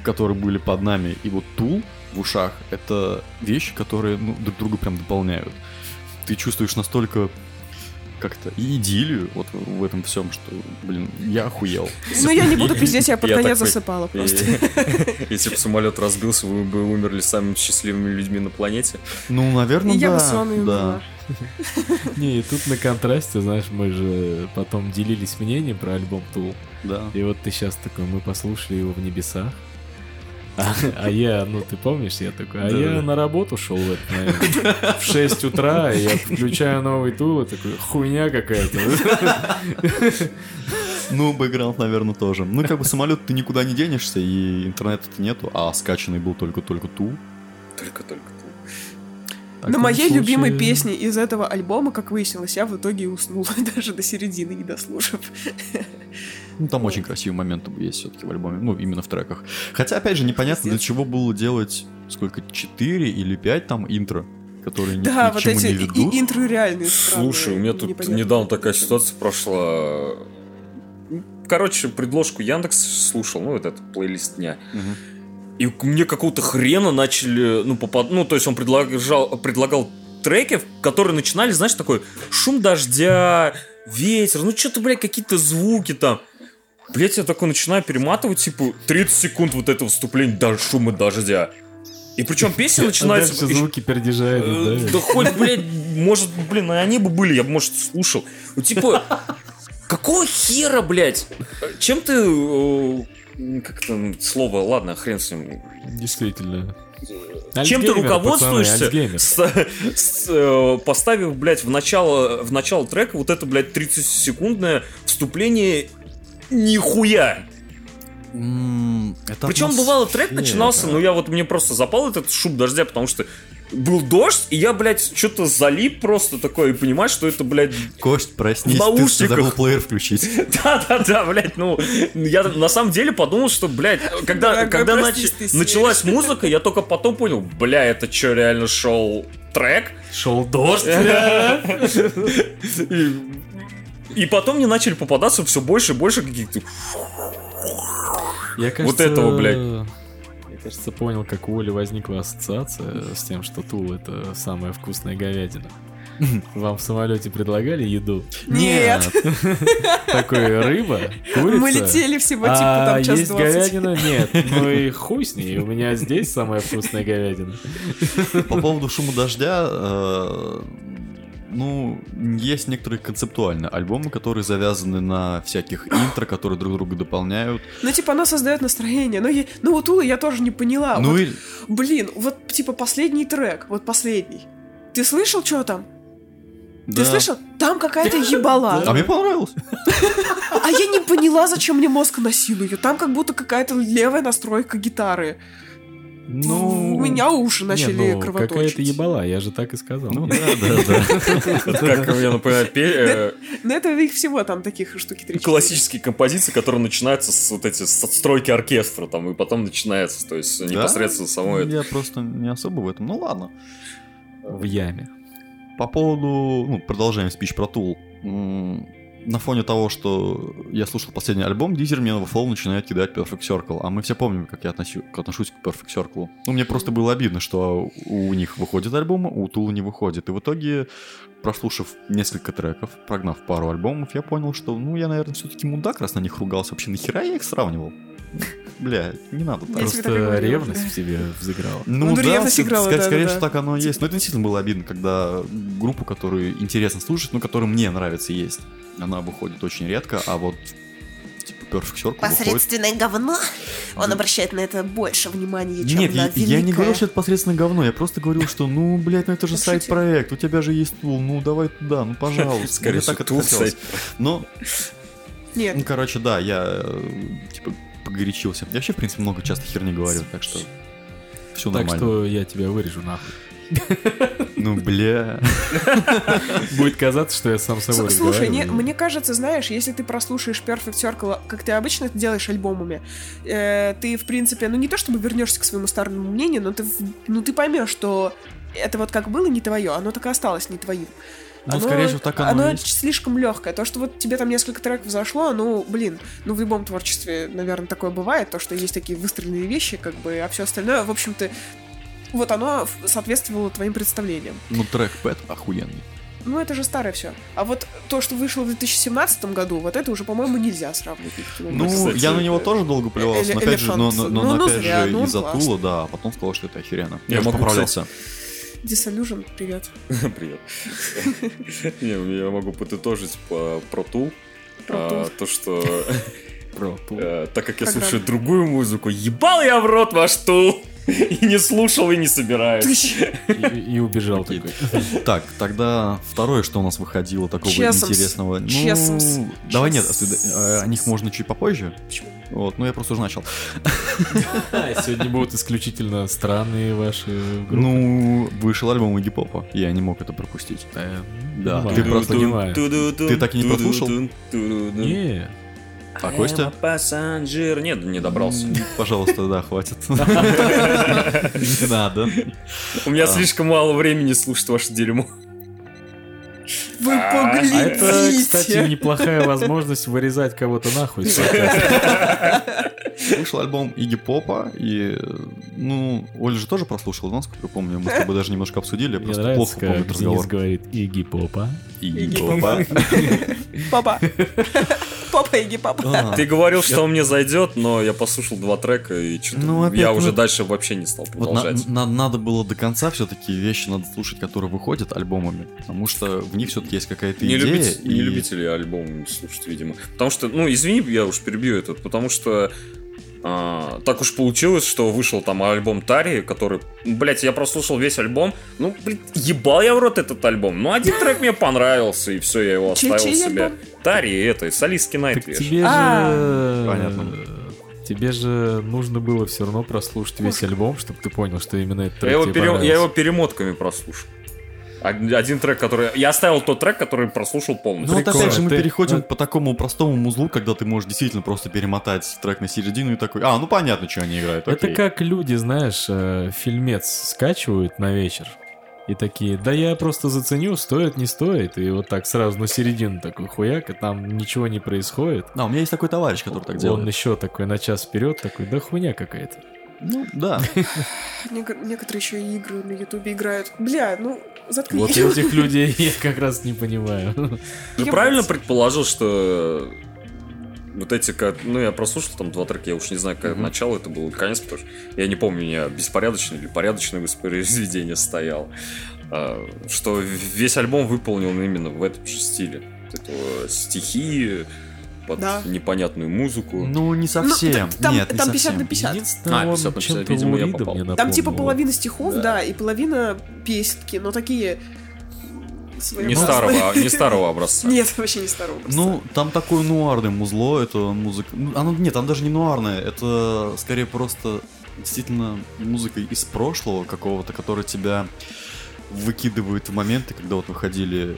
[SPEAKER 1] которые были под нами, и вот тул в ушах, это вещи, которые ну, друг друга прям дополняют. Ты чувствуешь настолько как-то идиллию вот в этом всем, что, блин, я охуел.
[SPEAKER 3] Ну, я не буду пиздеть, я под
[SPEAKER 4] Я
[SPEAKER 3] конец
[SPEAKER 4] такой,
[SPEAKER 3] засыпала
[SPEAKER 4] И-
[SPEAKER 3] просто.
[SPEAKER 4] Если бы самолет разбился, вы бы умерли самыми счастливыми людьми на планете.
[SPEAKER 1] Ну, наверное,
[SPEAKER 3] Я бы
[SPEAKER 1] да.
[SPEAKER 3] с вами умерла.
[SPEAKER 1] да.
[SPEAKER 2] Не, и тут на контрасте, знаешь, мы же потом делились мнением про альбом Тул.
[SPEAKER 1] да.
[SPEAKER 2] И вот ты сейчас такой, мы послушали его в небесах. А, а я, ну ты помнишь, я такой, а я
[SPEAKER 1] Да-да-да.
[SPEAKER 2] на работу шел в этот момент. В 6 утра, и я включаю новый тул, и такой, хуйня какая-то.
[SPEAKER 1] Ну, бэкграунд, наверное, тоже. Ну, как бы самолет ты никуда не денешься, и интернета-то нету, а скачанный был только-только тул.
[SPEAKER 4] Только-только. ты.
[SPEAKER 2] В
[SPEAKER 3] На
[SPEAKER 2] таком
[SPEAKER 3] моей
[SPEAKER 2] А случае- А
[SPEAKER 3] любимой песне из этого альбома, как выяснилось, я в итоге и уснула, даже до середины не дослушав.
[SPEAKER 1] Ну, там очень красивые моменты есть все-таки в альбоме, ну, именно в треках. Хотя, опять же, непонятно, для
[SPEAKER 3] Пиздец.
[SPEAKER 1] чего было делать, сколько, 4 или 5 там интро, которые ни,
[SPEAKER 3] Да,
[SPEAKER 1] ни к
[SPEAKER 3] вот
[SPEAKER 1] чему
[SPEAKER 3] эти
[SPEAKER 1] не
[SPEAKER 3] и-
[SPEAKER 1] ведут.
[SPEAKER 3] и- интро реальные. странные,
[SPEAKER 4] Слушай, у меня тут
[SPEAKER 3] непонятно.
[SPEAKER 4] недавно такая ситуация прошла. Ну, Короче, предложку Яндекс слушал, ну, вот этот плейлист дня.
[SPEAKER 1] Мгм.
[SPEAKER 4] И к мне какого-то хрена начали, ну, попад... Ну, то есть он предлагал, предлагал треки, которые начинали, знаешь, такой шум дождя, ветер, ну, что-то, блядь, какие-то звуки там. Блять, я такой начинаю перематывать, типа, 30 секунд вот этого вступления до шума дождя. И причем песня начинается...
[SPEAKER 2] а Дальше звуки пердежа идут,
[SPEAKER 4] Э,
[SPEAKER 2] да?
[SPEAKER 4] Да хоть, блядь, может, блин, и они бы были, я бы, может, слушал. Ну, типа, какого хера, блядь? Чем ты... э, Как это ну, слово? Ладно, хрен с ним.
[SPEAKER 3] Э,
[SPEAKER 2] Действительно.
[SPEAKER 4] Чем ты
[SPEAKER 2] Альцгеймер, пацаны,
[SPEAKER 4] руководствуешься,
[SPEAKER 2] Альцгеймер.
[SPEAKER 4] с- с, э, поставив, блядь, в начало, в начало трека вот это, блядь, 30-секундное вступление нихуя.
[SPEAKER 1] М, это
[SPEAKER 4] Причем
[SPEAKER 1] атмосфера.
[SPEAKER 4] бывало трек начинался, ну я вот мне просто запал этот шум дождя, потому что был дождь, и я, блядь, что-то залип просто такое, и понимаешь, что это, блядь,
[SPEAKER 1] Кость, проснись,
[SPEAKER 4] в
[SPEAKER 1] ты
[SPEAKER 4] наушниках.
[SPEAKER 1] забыл плеер включить.
[SPEAKER 4] да-да-да, блядь, ну, я на самом деле подумал, что, блядь, когда,
[SPEAKER 3] Дорогой,
[SPEAKER 4] когда
[SPEAKER 3] простись,
[SPEAKER 4] нач-
[SPEAKER 3] ты сидишь.
[SPEAKER 4] началась музыка, я только потом понял, бля, это что, реально шел трек?
[SPEAKER 2] Шел дождь.
[SPEAKER 4] И, и потом мне начали попадаться все больше и больше каких-то...
[SPEAKER 2] Я,
[SPEAKER 4] этого, блядь.
[SPEAKER 2] Я, кажется, понял, как у Оли возникла ассоциация с тем, что Тул — это самая вкусная говядина. Вам в самолете предлагали еду?
[SPEAKER 3] Нет.
[SPEAKER 2] Такой рыба, курица.
[SPEAKER 3] Мы летели всего, типа,
[SPEAKER 2] А
[SPEAKER 3] там час
[SPEAKER 2] есть
[SPEAKER 3] двадцать.
[SPEAKER 2] говядина? Нет. Ну и хуй с ней. У меня здесь самая вкусная говядина.
[SPEAKER 1] По поводу шума дождя, э, ну, есть некоторые концептуальные альбомы, которые завязаны на всяких интро, которые друг друга дополняют.
[SPEAKER 3] Ну, типа, она создает настроение. Ну, е- ну вот Ула я тоже не поняла.
[SPEAKER 1] ну
[SPEAKER 3] А, Вот,
[SPEAKER 1] и
[SPEAKER 3] Блин, вот, типа, последний трек, вот последний. Ты слышал, что там?
[SPEAKER 1] да.
[SPEAKER 3] Ты слышал? Там какая-то ебала.
[SPEAKER 1] А мне понравилось.
[SPEAKER 3] А я не поняла, зачем мне мозг насилует. Там как будто какая-то левая настройка гитары.
[SPEAKER 1] Ну,
[SPEAKER 3] У меня уши
[SPEAKER 2] Не,
[SPEAKER 3] начали
[SPEAKER 2] ну,
[SPEAKER 3] кровоточить.
[SPEAKER 2] Какая-то ебала, я же так и сказал.
[SPEAKER 1] Ну да, да, да.
[SPEAKER 4] Это как я напоминаю, пе-
[SPEAKER 3] Но Ну, это их всего там таких штуки
[SPEAKER 4] э,
[SPEAKER 3] три.
[SPEAKER 4] классические композиции, которые начинаются с вот эти с отстройки оркестра, там, и потом начинается, то есть э, непосредственно само это.
[SPEAKER 1] Я просто не особо в этом. Ну ладно.
[SPEAKER 2] В яме.
[SPEAKER 1] По поводу... Ну, продолжаем спич про Тул. М, На фоне того, что я слушал последний альбом, Дизер мне в флоу начинает кидать Perfect Circle. А мы все помним, как я относю- к- отношусь к Perfect Circle. Ну, мне просто было обидно, что у них выходит альбом, а у Тула не выходит. И в итоге, прослушав несколько треков, прогнав пару альбомов, я понял, что, ну, я, наверное, все-таки мудак, раз на них ругался. Вообще, нахера я их сравнивал? Бля, не надо так.
[SPEAKER 3] Я тебе так и
[SPEAKER 2] Просто
[SPEAKER 3] говорила,
[SPEAKER 2] ревность
[SPEAKER 3] да.
[SPEAKER 2] в тебе взыграла.
[SPEAKER 1] Ну,
[SPEAKER 3] Ну,
[SPEAKER 1] да,
[SPEAKER 3] Дуреев
[SPEAKER 1] ск-
[SPEAKER 3] сыграла,
[SPEAKER 1] ска-
[SPEAKER 3] да,
[SPEAKER 1] скорее,
[SPEAKER 3] да,
[SPEAKER 1] что
[SPEAKER 3] да.
[SPEAKER 1] так оно и есть. Но это действительно было обидно, когда группу, которую интересно слушать, ну, которая мне нравится есть, она выходит очень редко, а вот типа Perfect Circle выходит...
[SPEAKER 5] Посредственное говно. Он
[SPEAKER 1] Да.
[SPEAKER 5] обращает на это больше внимания, чем
[SPEAKER 1] Нет,
[SPEAKER 5] на
[SPEAKER 1] я, я не
[SPEAKER 5] великое.
[SPEAKER 1] говорил, что это посредственно говно, я просто говорил, что ну, блядь, ну это же
[SPEAKER 3] Слушайте.
[SPEAKER 1] сайт-проект, у тебя же есть тул, ну давай туда, ну пожалуйста. Мне
[SPEAKER 4] всего,
[SPEAKER 1] так это
[SPEAKER 4] Tool
[SPEAKER 1] хотелось.
[SPEAKER 4] сайт.
[SPEAKER 1] Но,
[SPEAKER 3] Нет,
[SPEAKER 1] ну, короче, да, я э, типа погорячился. Я вообще, в принципе, много часто херни говорю, так что все
[SPEAKER 2] Так
[SPEAKER 1] нормально.
[SPEAKER 2] что я тебя вырежу нахуй.
[SPEAKER 1] Ну, бля.
[SPEAKER 2] Будет казаться, что я сам с собой
[SPEAKER 3] С- Слушай, не-
[SPEAKER 2] разговариваю.
[SPEAKER 3] мне кажется, знаешь, если ты прослушаешь Perfect Circle, как ты обычно это делаешь альбомами, э, ты, в принципе, ну не то чтобы вернешься к своему старому мнению, но ты, в- ну, ты поймешь, что это вот как было не твое, оно так и осталось не твоим.
[SPEAKER 1] Ну, скорее всего, так оно и есть.
[SPEAKER 3] слишком легкое. То, что вот тебе там несколько треков зашло, ну, блин, ну в любом творчестве, наверное, такое бывает, то, что есть такие выстроенные вещи, как бы, а все остальное, в общем-то, вот оно ф- соответствовало твоим представлениям.
[SPEAKER 1] Ну, трек Пэт охуенный.
[SPEAKER 3] Ну, это же старое все. А вот то, что вышло в 2017 году, вот это уже, по-моему, нельзя сравнивать. никаким
[SPEAKER 1] Ну,
[SPEAKER 3] образом.
[SPEAKER 4] кстати,
[SPEAKER 1] я на него
[SPEAKER 4] э,
[SPEAKER 1] тоже долго плевался, но
[SPEAKER 3] эле-
[SPEAKER 1] опять же, но, но-
[SPEAKER 3] элефант.
[SPEAKER 1] но
[SPEAKER 3] Ну, ну,
[SPEAKER 1] опять
[SPEAKER 3] зря,
[SPEAKER 1] же
[SPEAKER 3] ну, он
[SPEAKER 1] из-за
[SPEAKER 3] классный.
[SPEAKER 1] тула, да, а потом сказал, что это охеренно.
[SPEAKER 4] Я
[SPEAKER 1] Я, же
[SPEAKER 4] могу,
[SPEAKER 1] поправлялся.
[SPEAKER 3] Disillusion, привет.
[SPEAKER 4] Привет. Не, я могу подытожить по про Tool.
[SPEAKER 3] Про
[SPEAKER 4] А,
[SPEAKER 3] Tool.
[SPEAKER 4] То, что
[SPEAKER 2] Про ту.
[SPEAKER 4] э, так как я
[SPEAKER 3] Когда-
[SPEAKER 4] слушаю другую музыку, ебал я в рот ваш Tool! И не слушал, и не собираюсь.
[SPEAKER 2] И и убежал такой.
[SPEAKER 1] Так, тогда второе, что у нас выходило такого
[SPEAKER 3] Чесомс.
[SPEAKER 1] интересного. Ну,
[SPEAKER 3] Чесомс.
[SPEAKER 1] давай нет,
[SPEAKER 3] Чесомс.
[SPEAKER 1] э, о них можно чуть попозже. Вот, ну я просто уже начал.
[SPEAKER 2] А, Сегодня будут исключительно странные ваши группы.
[SPEAKER 1] Ну, вышел альбом Игги Попа, я не мог это пропустить.
[SPEAKER 2] Э,
[SPEAKER 1] да,
[SPEAKER 2] ну
[SPEAKER 1] ты
[SPEAKER 2] ладно.
[SPEAKER 1] просто не-
[SPEAKER 2] Понимаю.
[SPEAKER 1] Ты так и не послушал?
[SPEAKER 2] Не,
[SPEAKER 1] А Костя?
[SPEAKER 4] Пассажир. Нет, не добрался.
[SPEAKER 1] Пожалуйста, да, хватит. Не надо.
[SPEAKER 4] У меня
[SPEAKER 1] А.
[SPEAKER 4] слишком мало времени слушать ваше дерьмо.
[SPEAKER 3] Вы
[SPEAKER 4] А
[SPEAKER 2] А это, кстати,
[SPEAKER 3] поглядите!
[SPEAKER 2] неплохая возможность вырезать кого-то нахуй. из подкаста.
[SPEAKER 1] Вышел альбом Игги Попа, и, э, ну, Оля же тоже прослушала, но, насколько я помню, мы с тобой даже немножко обсудили, я
[SPEAKER 2] Мне
[SPEAKER 1] просто плохо
[SPEAKER 2] нравится,
[SPEAKER 1] помню
[SPEAKER 2] как
[SPEAKER 1] этот
[SPEAKER 2] Денис
[SPEAKER 1] разговор.
[SPEAKER 2] говорит Игги Попа.
[SPEAKER 1] Игги
[SPEAKER 3] Игги
[SPEAKER 1] Попа.
[SPEAKER 3] Папа. Папа, иди, папа.
[SPEAKER 1] А,
[SPEAKER 4] Ты говорил, что он мне зайдет, но я послушал два трека, и что-то
[SPEAKER 1] Ну, опять,
[SPEAKER 4] я
[SPEAKER 1] ну-
[SPEAKER 4] уже дальше вообще не стал
[SPEAKER 1] Вот на-
[SPEAKER 4] продолжать.
[SPEAKER 1] на- надо было до конца все-таки вещи надо слушать, которые выходят альбомами, потому что в них все-таки есть какая-то
[SPEAKER 4] Не,
[SPEAKER 1] идея.
[SPEAKER 4] любите- не
[SPEAKER 1] и-
[SPEAKER 4] любители альбом слушать, видимо. Потому что, ну, извини, я уж перебью этот, потому что а, так уж получилось, что вышел там альбом Тари, который, блять, я прослушал весь альбом. Ну, блядь, ебал я в рот этот альбом. Ну, один трек мне понравился, и все, я его
[SPEAKER 3] Чей-
[SPEAKER 4] оставил
[SPEAKER 3] чей
[SPEAKER 4] себе.
[SPEAKER 3] альбом?
[SPEAKER 4] Тари, это, солистки
[SPEAKER 2] Так
[SPEAKER 4] Найтвиш.
[SPEAKER 2] тебе
[SPEAKER 3] А.
[SPEAKER 2] же...
[SPEAKER 1] Понятно.
[SPEAKER 2] Тебе же нужно было все равно прослушать весь альбом, чтобы ты понял, что именно этот
[SPEAKER 4] Я
[SPEAKER 2] трек
[SPEAKER 4] его,
[SPEAKER 2] тебе
[SPEAKER 4] пере- я
[SPEAKER 2] понравился.
[SPEAKER 4] его перемотками прослушал. Од- Один трек, который... Я оставил тот трек, который прослушал
[SPEAKER 1] Ну
[SPEAKER 4] полностью.
[SPEAKER 1] вот опять же мы
[SPEAKER 2] Ты-
[SPEAKER 1] переходим
[SPEAKER 2] ну-
[SPEAKER 1] по такому простому музлу, когда ты можешь действительно просто перемотать трек на середину и такой, а, ну понятно, что они играют,
[SPEAKER 2] Это
[SPEAKER 1] окей».
[SPEAKER 2] как люди, знаешь, э, фильмец скачивают на вечер. И такие, да я просто заценю, стоит, не стоит. И вот так сразу на середину такой хуяк, и там ничего не происходит.
[SPEAKER 1] Да, у меня есть такой товарищ, который так
[SPEAKER 2] Он
[SPEAKER 1] делает.
[SPEAKER 2] еще такой на час вперед, такой, да хуйня какая-то.
[SPEAKER 1] Ну, да.
[SPEAKER 3] Нек- Некоторые еще и игры на Ютубе играют. Бля, ну,
[SPEAKER 2] Вот
[SPEAKER 3] заткнись.
[SPEAKER 2] этих людей я как раз не
[SPEAKER 1] А,
[SPEAKER 2] понимаю.
[SPEAKER 4] Ты
[SPEAKER 3] ебать.
[SPEAKER 4] правильно предположил, что вот эти, как, ну я прослушал там два трека, я уж не знаю, как
[SPEAKER 1] Мгм.
[SPEAKER 4] начало это было, конец, потому что я не помню, у меня беспорядочное или порядочное воспроизведение стояло. А, Что весь альбом выполнен именно в этом же стиле. Вот это вот стихи под
[SPEAKER 3] Да.
[SPEAKER 4] непонятную музыку.
[SPEAKER 1] Ну, не
[SPEAKER 3] Ну,
[SPEAKER 1] совсем.
[SPEAKER 3] там-
[SPEAKER 1] Нет, не
[SPEAKER 3] Там 50 на
[SPEAKER 1] совсем.
[SPEAKER 3] 50.
[SPEAKER 2] Единственное,
[SPEAKER 4] А,
[SPEAKER 2] он
[SPEAKER 4] 50,
[SPEAKER 2] чем-то
[SPEAKER 4] видимо, я
[SPEAKER 2] Лурида
[SPEAKER 4] попал.
[SPEAKER 2] мне
[SPEAKER 3] Там типа
[SPEAKER 2] напомнил.
[SPEAKER 3] половина стихов,
[SPEAKER 4] Да.
[SPEAKER 3] да, и половина песенки, но такие...
[SPEAKER 4] не
[SPEAKER 3] своеобразные.
[SPEAKER 4] старого, а- не старого образца.
[SPEAKER 3] Нет, вообще не старого. просто.
[SPEAKER 1] Ну, там такое нуарное музло, это музыка... ну, Оно, нет, там даже не нуарное, это скорее просто действительно музыка из прошлого какого-то, которая тебя выкидывает в моменты, когда вот выходили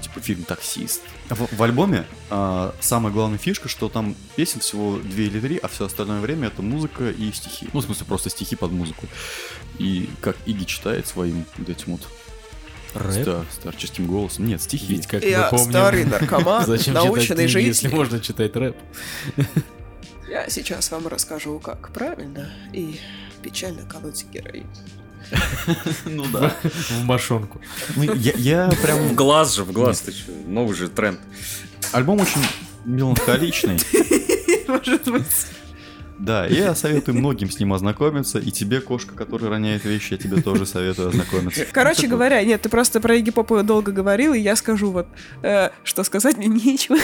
[SPEAKER 1] типа фильм «Таксист». В, в альбоме а, самая главная фишка, что там песен всего две или три, а все остальное время это музыка и стихи. Ну, в смысле, просто стихи под музыку. И как Иги читает своим вот этим вот
[SPEAKER 2] Рэп?
[SPEAKER 1] ста- старческим голосом. Нет, стихи.
[SPEAKER 2] Ведь, как
[SPEAKER 3] Я
[SPEAKER 2] мы помним,
[SPEAKER 3] старый наркоман,
[SPEAKER 2] зачем читать
[SPEAKER 3] наученный
[SPEAKER 2] книги, если
[SPEAKER 3] жизнью.
[SPEAKER 2] можно читать рэп?
[SPEAKER 3] Я сейчас вам расскажу, как правильно и печально колоть героин.
[SPEAKER 1] Ну да.
[SPEAKER 2] В мошонку.
[SPEAKER 1] Ну, я- я прям
[SPEAKER 4] В глаз же, в глаз, ты чё, новый же тренд.
[SPEAKER 1] Альбом очень меланхоличный.
[SPEAKER 3] Может быть.
[SPEAKER 1] Да, и я советую многим с ним ознакомиться. И тебе, кошка, которая роняет вещи, я тебе тоже советую ознакомиться. Ну, типа,
[SPEAKER 3] Короче
[SPEAKER 1] Такой.
[SPEAKER 3] говоря, нет, ты просто про Игги Попа долго говорил, и я скажу вот, э, что сказать мне нечего.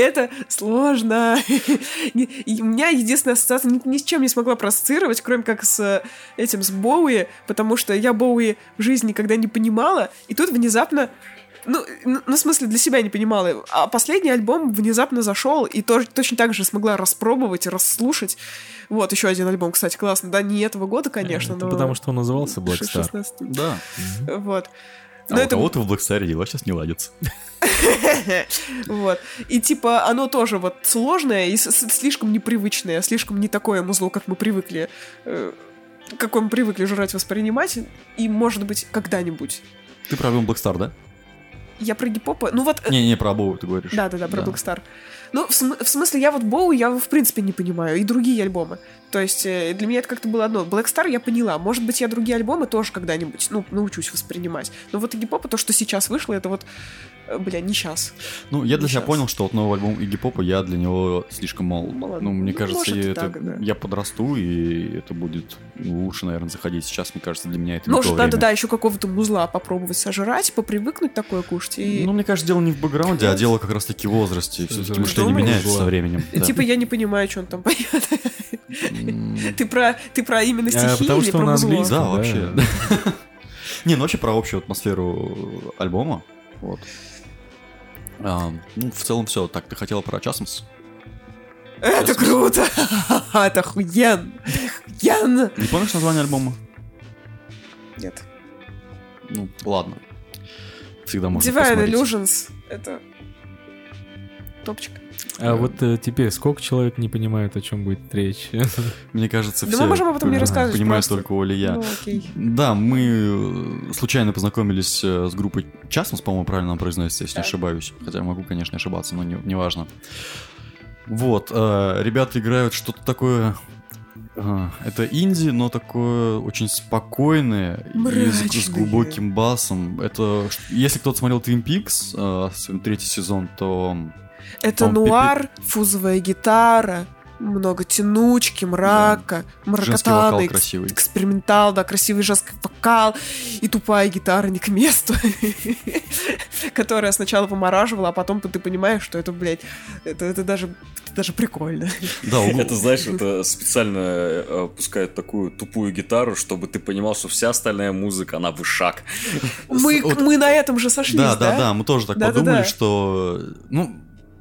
[SPEAKER 3] Это сложно. Не- и У меня единственная ассоциация ну, ни, ни с чем не смогла проассоциировать, кроме как с э, этим, с Боуи, потому что я Боуи в жизни никогда не понимала, и тут внезапно Ну, н- ну, в смысле, для себя не понимала. А последний альбом внезапно зашел и тоже, точно так же смогла распробовать и расслушать. Вот, еще один альбом, кстати, классный. Да, не этого года, конечно, ну,
[SPEAKER 2] Это
[SPEAKER 3] но...
[SPEAKER 2] Потому что он назывался Black Star.
[SPEAKER 3] 16.
[SPEAKER 1] Да.
[SPEAKER 3] Вот. Ну,
[SPEAKER 1] А
[SPEAKER 3] Но
[SPEAKER 1] у кого-то в Black Star дела сейчас не ладятся.
[SPEAKER 3] Вот. И типа оно тоже вот сложное и с- с- слишком непривычное, слишком не такое музло, как мы привыкли, э, какое мы привыкли жрать, воспринимать. И, может быть, когда-нибудь.
[SPEAKER 1] Ты про альбом Black Star, да?
[SPEAKER 3] Я про гипопа... Ну вот... э,
[SPEAKER 1] Не, не, про Абоу ты говоришь.
[SPEAKER 3] Да, да, да, про Black Star. Ну, в, см- в смысле, я вот Боу, я в принципе не понимаю, и другие альбомы. То есть, э, для меня это как-то было одно. Black Star я поняла. Может быть, я другие альбомы тоже когда-нибудь, ну, научусь воспринимать. Но вот Игги Попа, то, что сейчас вышло, это вот, э, бля, не сейчас.
[SPEAKER 1] Ну, я для себя
[SPEAKER 3] Сейчас.
[SPEAKER 1] понял, что вот новый альбом Игги Попа, я для него слишком мал.
[SPEAKER 3] Мало-
[SPEAKER 1] Ну, мне
[SPEAKER 3] ну,
[SPEAKER 1] кажется,
[SPEAKER 3] может,
[SPEAKER 1] я,
[SPEAKER 3] и
[SPEAKER 1] это,
[SPEAKER 3] так, да.
[SPEAKER 1] я подрасту, и это будет лучше, наверное, заходить сейчас. Мне кажется, для меня это не
[SPEAKER 3] Может,
[SPEAKER 1] то
[SPEAKER 3] надо,
[SPEAKER 1] время.
[SPEAKER 3] Ну, да, еще какого-то музла попробовать сожрать, попривыкнуть такое кушать. И,
[SPEAKER 1] Ну, мне кажется, дело не в бэкграунде, а дело как раз-таки в возрасте.
[SPEAKER 2] Ты
[SPEAKER 1] Все-таки
[SPEAKER 2] думаешь?
[SPEAKER 1] мышление меняется со временем.
[SPEAKER 3] и
[SPEAKER 1] да.
[SPEAKER 3] типа, я не понимаю, что он там поет.
[SPEAKER 1] М,
[SPEAKER 3] Ты про, ты про именно
[SPEAKER 2] А,
[SPEAKER 3] стихи
[SPEAKER 2] потому
[SPEAKER 3] или
[SPEAKER 2] что
[SPEAKER 3] про
[SPEAKER 2] он
[SPEAKER 1] Да,
[SPEAKER 3] музло?
[SPEAKER 2] английский. Да.
[SPEAKER 1] вообще. Не, ну вообще про общую атмосферу альбома. Вот. А, Ну, в целом все. Так, ты хотела про Часмс?
[SPEAKER 3] Это круто! Это охуенно! Охуенно!
[SPEAKER 1] Не помнишь название альбома?
[SPEAKER 3] Нет.
[SPEAKER 1] Ну, ладно. Всегда можно
[SPEAKER 3] Divine
[SPEAKER 1] посмотреть.
[SPEAKER 3] Illusions. Это топчик.
[SPEAKER 2] А вот э, теперь сколько человек не понимают, о чем будет речь?
[SPEAKER 1] Мне кажется,
[SPEAKER 3] Да
[SPEAKER 1] все
[SPEAKER 3] мы можем об этом не рассказывать
[SPEAKER 1] понимают
[SPEAKER 3] просто.
[SPEAKER 1] только Оля и я.
[SPEAKER 3] Ну, окей.
[SPEAKER 1] Да, мы э, случайно познакомились э, с группой Часмос, по-моему, правильно она произносится, если не
[SPEAKER 3] Да.
[SPEAKER 1] ошибаюсь. Хотя могу, конечно, ошибаться, но не, неважно. Вот, э, ребята играют что-то такое... э, Это инди, но такое очень спокойное и с- с,
[SPEAKER 3] Мрачное.
[SPEAKER 1] глубоким басом. Это, ш- если кто-то смотрел Twin Peaks, э, с- третий сезон, то
[SPEAKER 3] Это
[SPEAKER 1] Там
[SPEAKER 3] нуар, фузовая гитара, много тянучки, мрака,
[SPEAKER 1] женский вокал
[SPEAKER 3] мракотаны, экс-
[SPEAKER 1] красивый.
[SPEAKER 3] экспериментал, да, красивый женский вокал и тупая гитара не к месту, которая сначала помораживала, а потом ты понимаешь, что это, блядь, это, это даже, это даже прикольно.
[SPEAKER 1] Да, угу.
[SPEAKER 4] Это, знаешь, это специально э, пускают такую тупую гитару, чтобы ты понимал, что вся остальная музыка, она вышаг.
[SPEAKER 3] Мы,
[SPEAKER 1] вот-
[SPEAKER 3] мы на этом же сошлись,
[SPEAKER 1] Да,
[SPEAKER 3] да?
[SPEAKER 1] да, да, мы тоже так
[SPEAKER 3] Да-да-да.
[SPEAKER 1] подумали, что... э, Ну,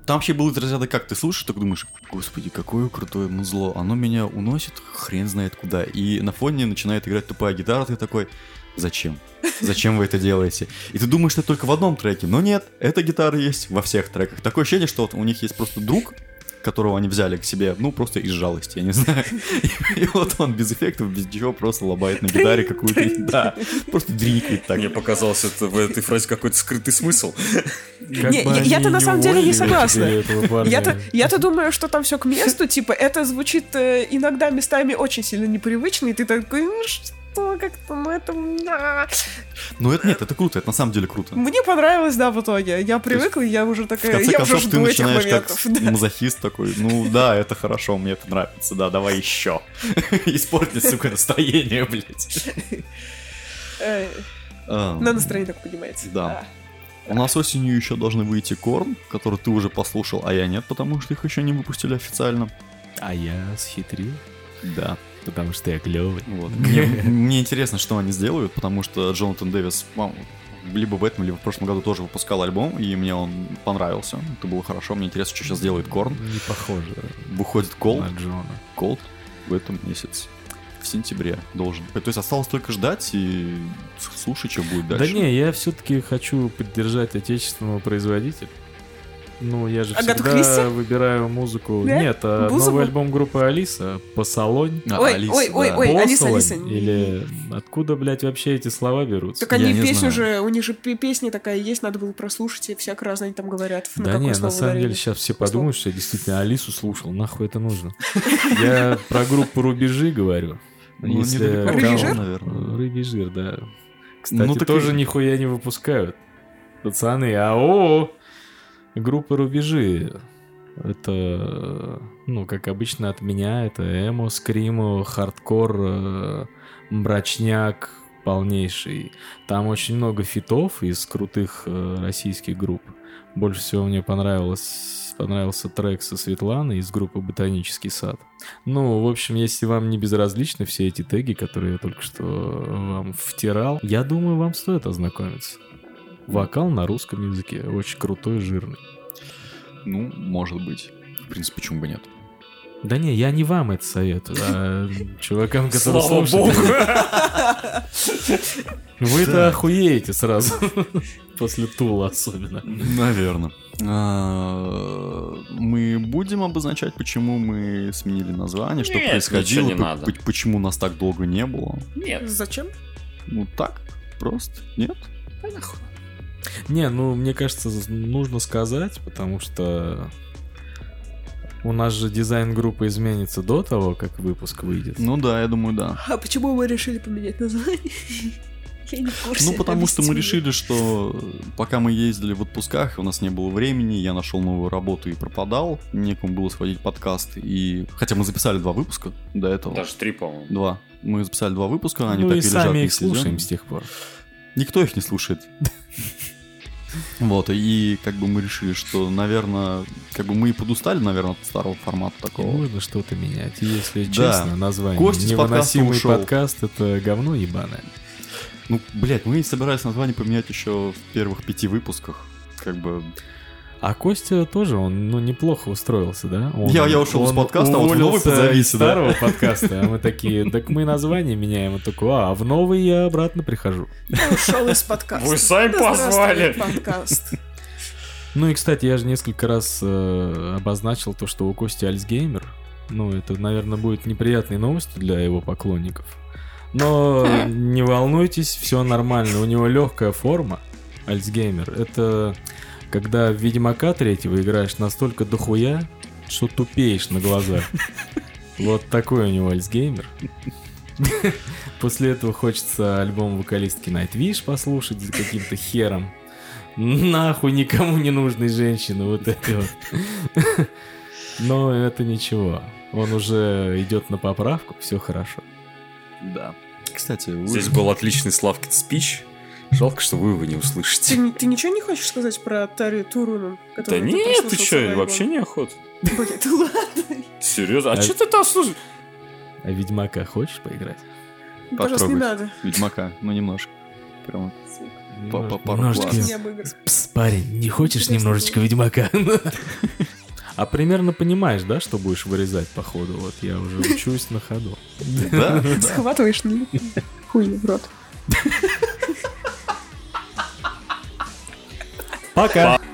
[SPEAKER 1] там вообще было из разряда, как ты слушаешь, так думаешь, господи, какое крутое музло, оно меня уносит хрен знает куда. И на фоне начинает играть тупая гитара, ты такой, зачем? Зачем вы это делаете? И ты думаешь, что это только в одном треке, но нет, эта гитара есть во всех треках. Такое ощущение, что вот у них есть просто друг, которого они взяли к себе, ну, просто из жалости, я не знаю. И вот он без эффектов, без ничего, просто лобает на гитаре какую-то, да, просто дринькает так.
[SPEAKER 4] Мне показалось, это в этой фразе какой-то скрытый смысл.
[SPEAKER 3] Не, я- я-то на самом деле не согласна. Я-то,
[SPEAKER 2] Я-то...
[SPEAKER 3] я-то думаю, что там все к месту, типа, это звучит э, иногда местами очень сильно непривычно, и ты такой, ну что, как-то, ну это... а».
[SPEAKER 1] Но Ну, это нет, это круто, это на самом деле круто.
[SPEAKER 3] Мне понравилось, да, в итоге. Я привыкла, и я уже
[SPEAKER 1] В
[SPEAKER 3] такая,
[SPEAKER 1] конце
[SPEAKER 3] Э, я уже
[SPEAKER 1] концов, ты
[SPEAKER 3] жду этих
[SPEAKER 1] начинаешь как
[SPEAKER 3] моментов. да.
[SPEAKER 1] мазохист такой, ну да, это хорошо, мне это нравится, да, давай еще. Испортни, сука, настроение, блядь.
[SPEAKER 3] Э,
[SPEAKER 1] А,
[SPEAKER 3] На настроение так поднимается.
[SPEAKER 1] Да. У нас осенью еще должны выйти корм, который ты уже послушал, а я нет, потому что их еще не выпустили официально.
[SPEAKER 2] А я схитрил,
[SPEAKER 1] Да.
[SPEAKER 2] потому что я клевый.
[SPEAKER 1] Вот. Мне, мне интересно, что они сделают, потому что Джонатан Дэвис по-моему, либо в этом, либо в прошлом году тоже выпускал альбом, и мне он понравился. Это было хорошо. Мне интересно, что сейчас делает Корн.
[SPEAKER 2] Не похоже
[SPEAKER 1] Выходит Колд.
[SPEAKER 2] на Джона.
[SPEAKER 1] Колд в этом месяце. В сентябре должен. То есть осталось только ждать и слушать, что будет дальше.
[SPEAKER 2] Да не, я все-таки хочу поддержать отечественного производителя. Ну, я же
[SPEAKER 3] Агату
[SPEAKER 2] всегда
[SPEAKER 3] Кристи?
[SPEAKER 2] выбираю музыку.
[SPEAKER 3] Да?
[SPEAKER 2] Нет, а
[SPEAKER 3] Бузову?
[SPEAKER 2] новый альбом группы Алиса «Посолонь».
[SPEAKER 1] А,
[SPEAKER 3] Ой,
[SPEAKER 1] Алиса,
[SPEAKER 3] ой,
[SPEAKER 1] да.
[SPEAKER 3] ой, ой, Алиса,
[SPEAKER 2] «Посолонь»
[SPEAKER 3] Алиса.
[SPEAKER 2] Или откуда, блядь, вообще эти слова берутся?
[SPEAKER 3] Так они
[SPEAKER 1] не знаю.
[SPEAKER 3] песню же, у них же пе- песня такая есть, надо было прослушать, и всяко разное они там говорят. на
[SPEAKER 2] Да
[SPEAKER 3] какое
[SPEAKER 2] не, на
[SPEAKER 3] слово
[SPEAKER 2] самом деле
[SPEAKER 3] ударение.
[SPEAKER 2] сейчас все подумают, что я действительно Алису слушал. Нахуй это нужно? Я про группу «Рубежи» говорю.
[SPEAKER 1] Ну,
[SPEAKER 2] Если
[SPEAKER 1] недалеко,
[SPEAKER 2] кого-
[SPEAKER 3] Рыбий жир?
[SPEAKER 1] наверное.
[SPEAKER 2] Э, Рыбий жир, да. Кстати,
[SPEAKER 1] Ну, так и-
[SPEAKER 2] тоже нихуя не выпускают. Пацаны, АО! Группа «Рубежи». Это, ну, как обычно от меня, это эмо, скримо, хардкор, э, мрачняк полнейший. Там очень много фитов из крутых э, российских групп. Больше всего мне понравилось, понравился трек со Светланой из группы «Ботанический сад». Ну, в общем, если вам не безразличны все эти э, теги, которые я только что вам втирал, я думаю, вам стоит ознакомиться. Вокал на русском языке. Очень крутой, жирный.
[SPEAKER 1] Ну, может быть. В принципе, почему бы нет.
[SPEAKER 2] Да не, я не вам это советую, а чувакам, которые
[SPEAKER 4] Слава богу.
[SPEAKER 2] слушают. Вы-то охуеете сразу. После Тула особенно.
[SPEAKER 1] Наверное. А, Мы будем обозначать, почему мы сменили название, что
[SPEAKER 4] Нет,
[SPEAKER 1] происходило,
[SPEAKER 4] ничего не
[SPEAKER 1] п-
[SPEAKER 4] надо.
[SPEAKER 1] п- почему нас так долго не было.
[SPEAKER 4] Нет.
[SPEAKER 3] Зачем?
[SPEAKER 1] Ну так, просто. Нет?
[SPEAKER 2] Не, ну, мне кажется, з- нужно сказать, потому что у нас же дизайн группы изменится до того, как выпуск выйдет.
[SPEAKER 1] Ну да, я думаю, да.
[SPEAKER 3] А почему вы решили поменять название?
[SPEAKER 5] Я не в курсе.
[SPEAKER 1] Ну, потому что мы
[SPEAKER 5] объясни.
[SPEAKER 1] решили, что э, пока мы ездили в отпусках, у нас не было времени, я нашел новую работу и пропадал, некому было сводить подкаст, и... Хотя мы записали два выпуска до этого.
[SPEAKER 4] Даже три, по-моему.
[SPEAKER 1] Два. Мы записали два выпуска, они
[SPEAKER 2] Ну
[SPEAKER 1] так
[SPEAKER 2] и
[SPEAKER 1] лежат
[SPEAKER 2] сами их
[SPEAKER 1] вместе, да?
[SPEAKER 2] слушаем с тех пор.
[SPEAKER 1] Никто их не слушает. Вот, и как бы мы решили, что, наверное, как бы мы и подустали, наверное, от старого формата
[SPEAKER 2] И
[SPEAKER 1] такого.
[SPEAKER 2] нужно что-то менять. И, Если
[SPEAKER 1] Да.
[SPEAKER 2] честно, название
[SPEAKER 1] Костя с подкаста
[SPEAKER 2] «Невыносимый
[SPEAKER 1] ушел».
[SPEAKER 2] подкаст» — это говно ебаное.
[SPEAKER 1] Ну, блядь, мы собирались название поменять еще в первых пяти выпусках. Как бы...
[SPEAKER 2] А Костя тоже, он ну, неплохо устроился, да? Он-
[SPEAKER 1] Я- я ушел из
[SPEAKER 2] он
[SPEAKER 1] подкаста, а вот в новый
[SPEAKER 2] уволился
[SPEAKER 1] подзовись,
[SPEAKER 2] из
[SPEAKER 1] да.
[SPEAKER 2] старого подкаста. А мы такие, так мы название меняем. И такой, а, а в новый я обратно прихожу.
[SPEAKER 3] Я ушел из подкаста.
[SPEAKER 4] Вы сами
[SPEAKER 3] здравствует
[SPEAKER 4] позвали.
[SPEAKER 3] подкаст.
[SPEAKER 2] Ну и, кстати, я же несколько раз э, обозначил то, что у Кости Альцгеймер. Ну, это, наверное, будет неприятной новостью для его поклонников. Но не волнуйтесь, все нормально. У него легкая форма. Альцгеймер. Это когда в Ведьмака третьего играешь настолько дохуя, что тупеешь на глазах. Вот такой у него Альцгеймер. После этого хочется альбом вокалистки Nightwish послушать с каким-то хером. Нахуй никому не нужной женщины, вот это вот. Но это ничего. Он уже идет на поправку, все хорошо.
[SPEAKER 1] Да. Кстати, вы-
[SPEAKER 4] Здесь был отличный Славкин спич. Жалко, что вы его не услышите.
[SPEAKER 3] Ты, ты ничего не хочешь сказать про Тарию Туруну?
[SPEAKER 4] Да
[SPEAKER 3] которую
[SPEAKER 4] нет, ты
[SPEAKER 3] прослушал
[SPEAKER 4] чё,
[SPEAKER 3] свой
[SPEAKER 4] вообще
[SPEAKER 3] альбом?
[SPEAKER 4] неохота.
[SPEAKER 3] Блин, ты ладно.
[SPEAKER 4] Серьезно?
[SPEAKER 2] А-
[SPEAKER 4] А что ты там слушаешь?
[SPEAKER 2] А Ведьмака хочешь поиграть?
[SPEAKER 3] Пожалуйста, не
[SPEAKER 1] Потрогать.
[SPEAKER 3] надо.
[SPEAKER 1] Ведьмака, ну немножко. Прям По- по- пару
[SPEAKER 2] Немножечко.
[SPEAKER 1] классов.
[SPEAKER 3] Я обыграю.
[SPEAKER 2] Пс, парень, не хочешь немножечко Ведьмака? А примерно понимаешь, да, что будешь вырезать по ходу? Вот я уже учусь на ходу.
[SPEAKER 1] Да, да.
[SPEAKER 3] Схватываешь, не хуй в рот.
[SPEAKER 2] Пока!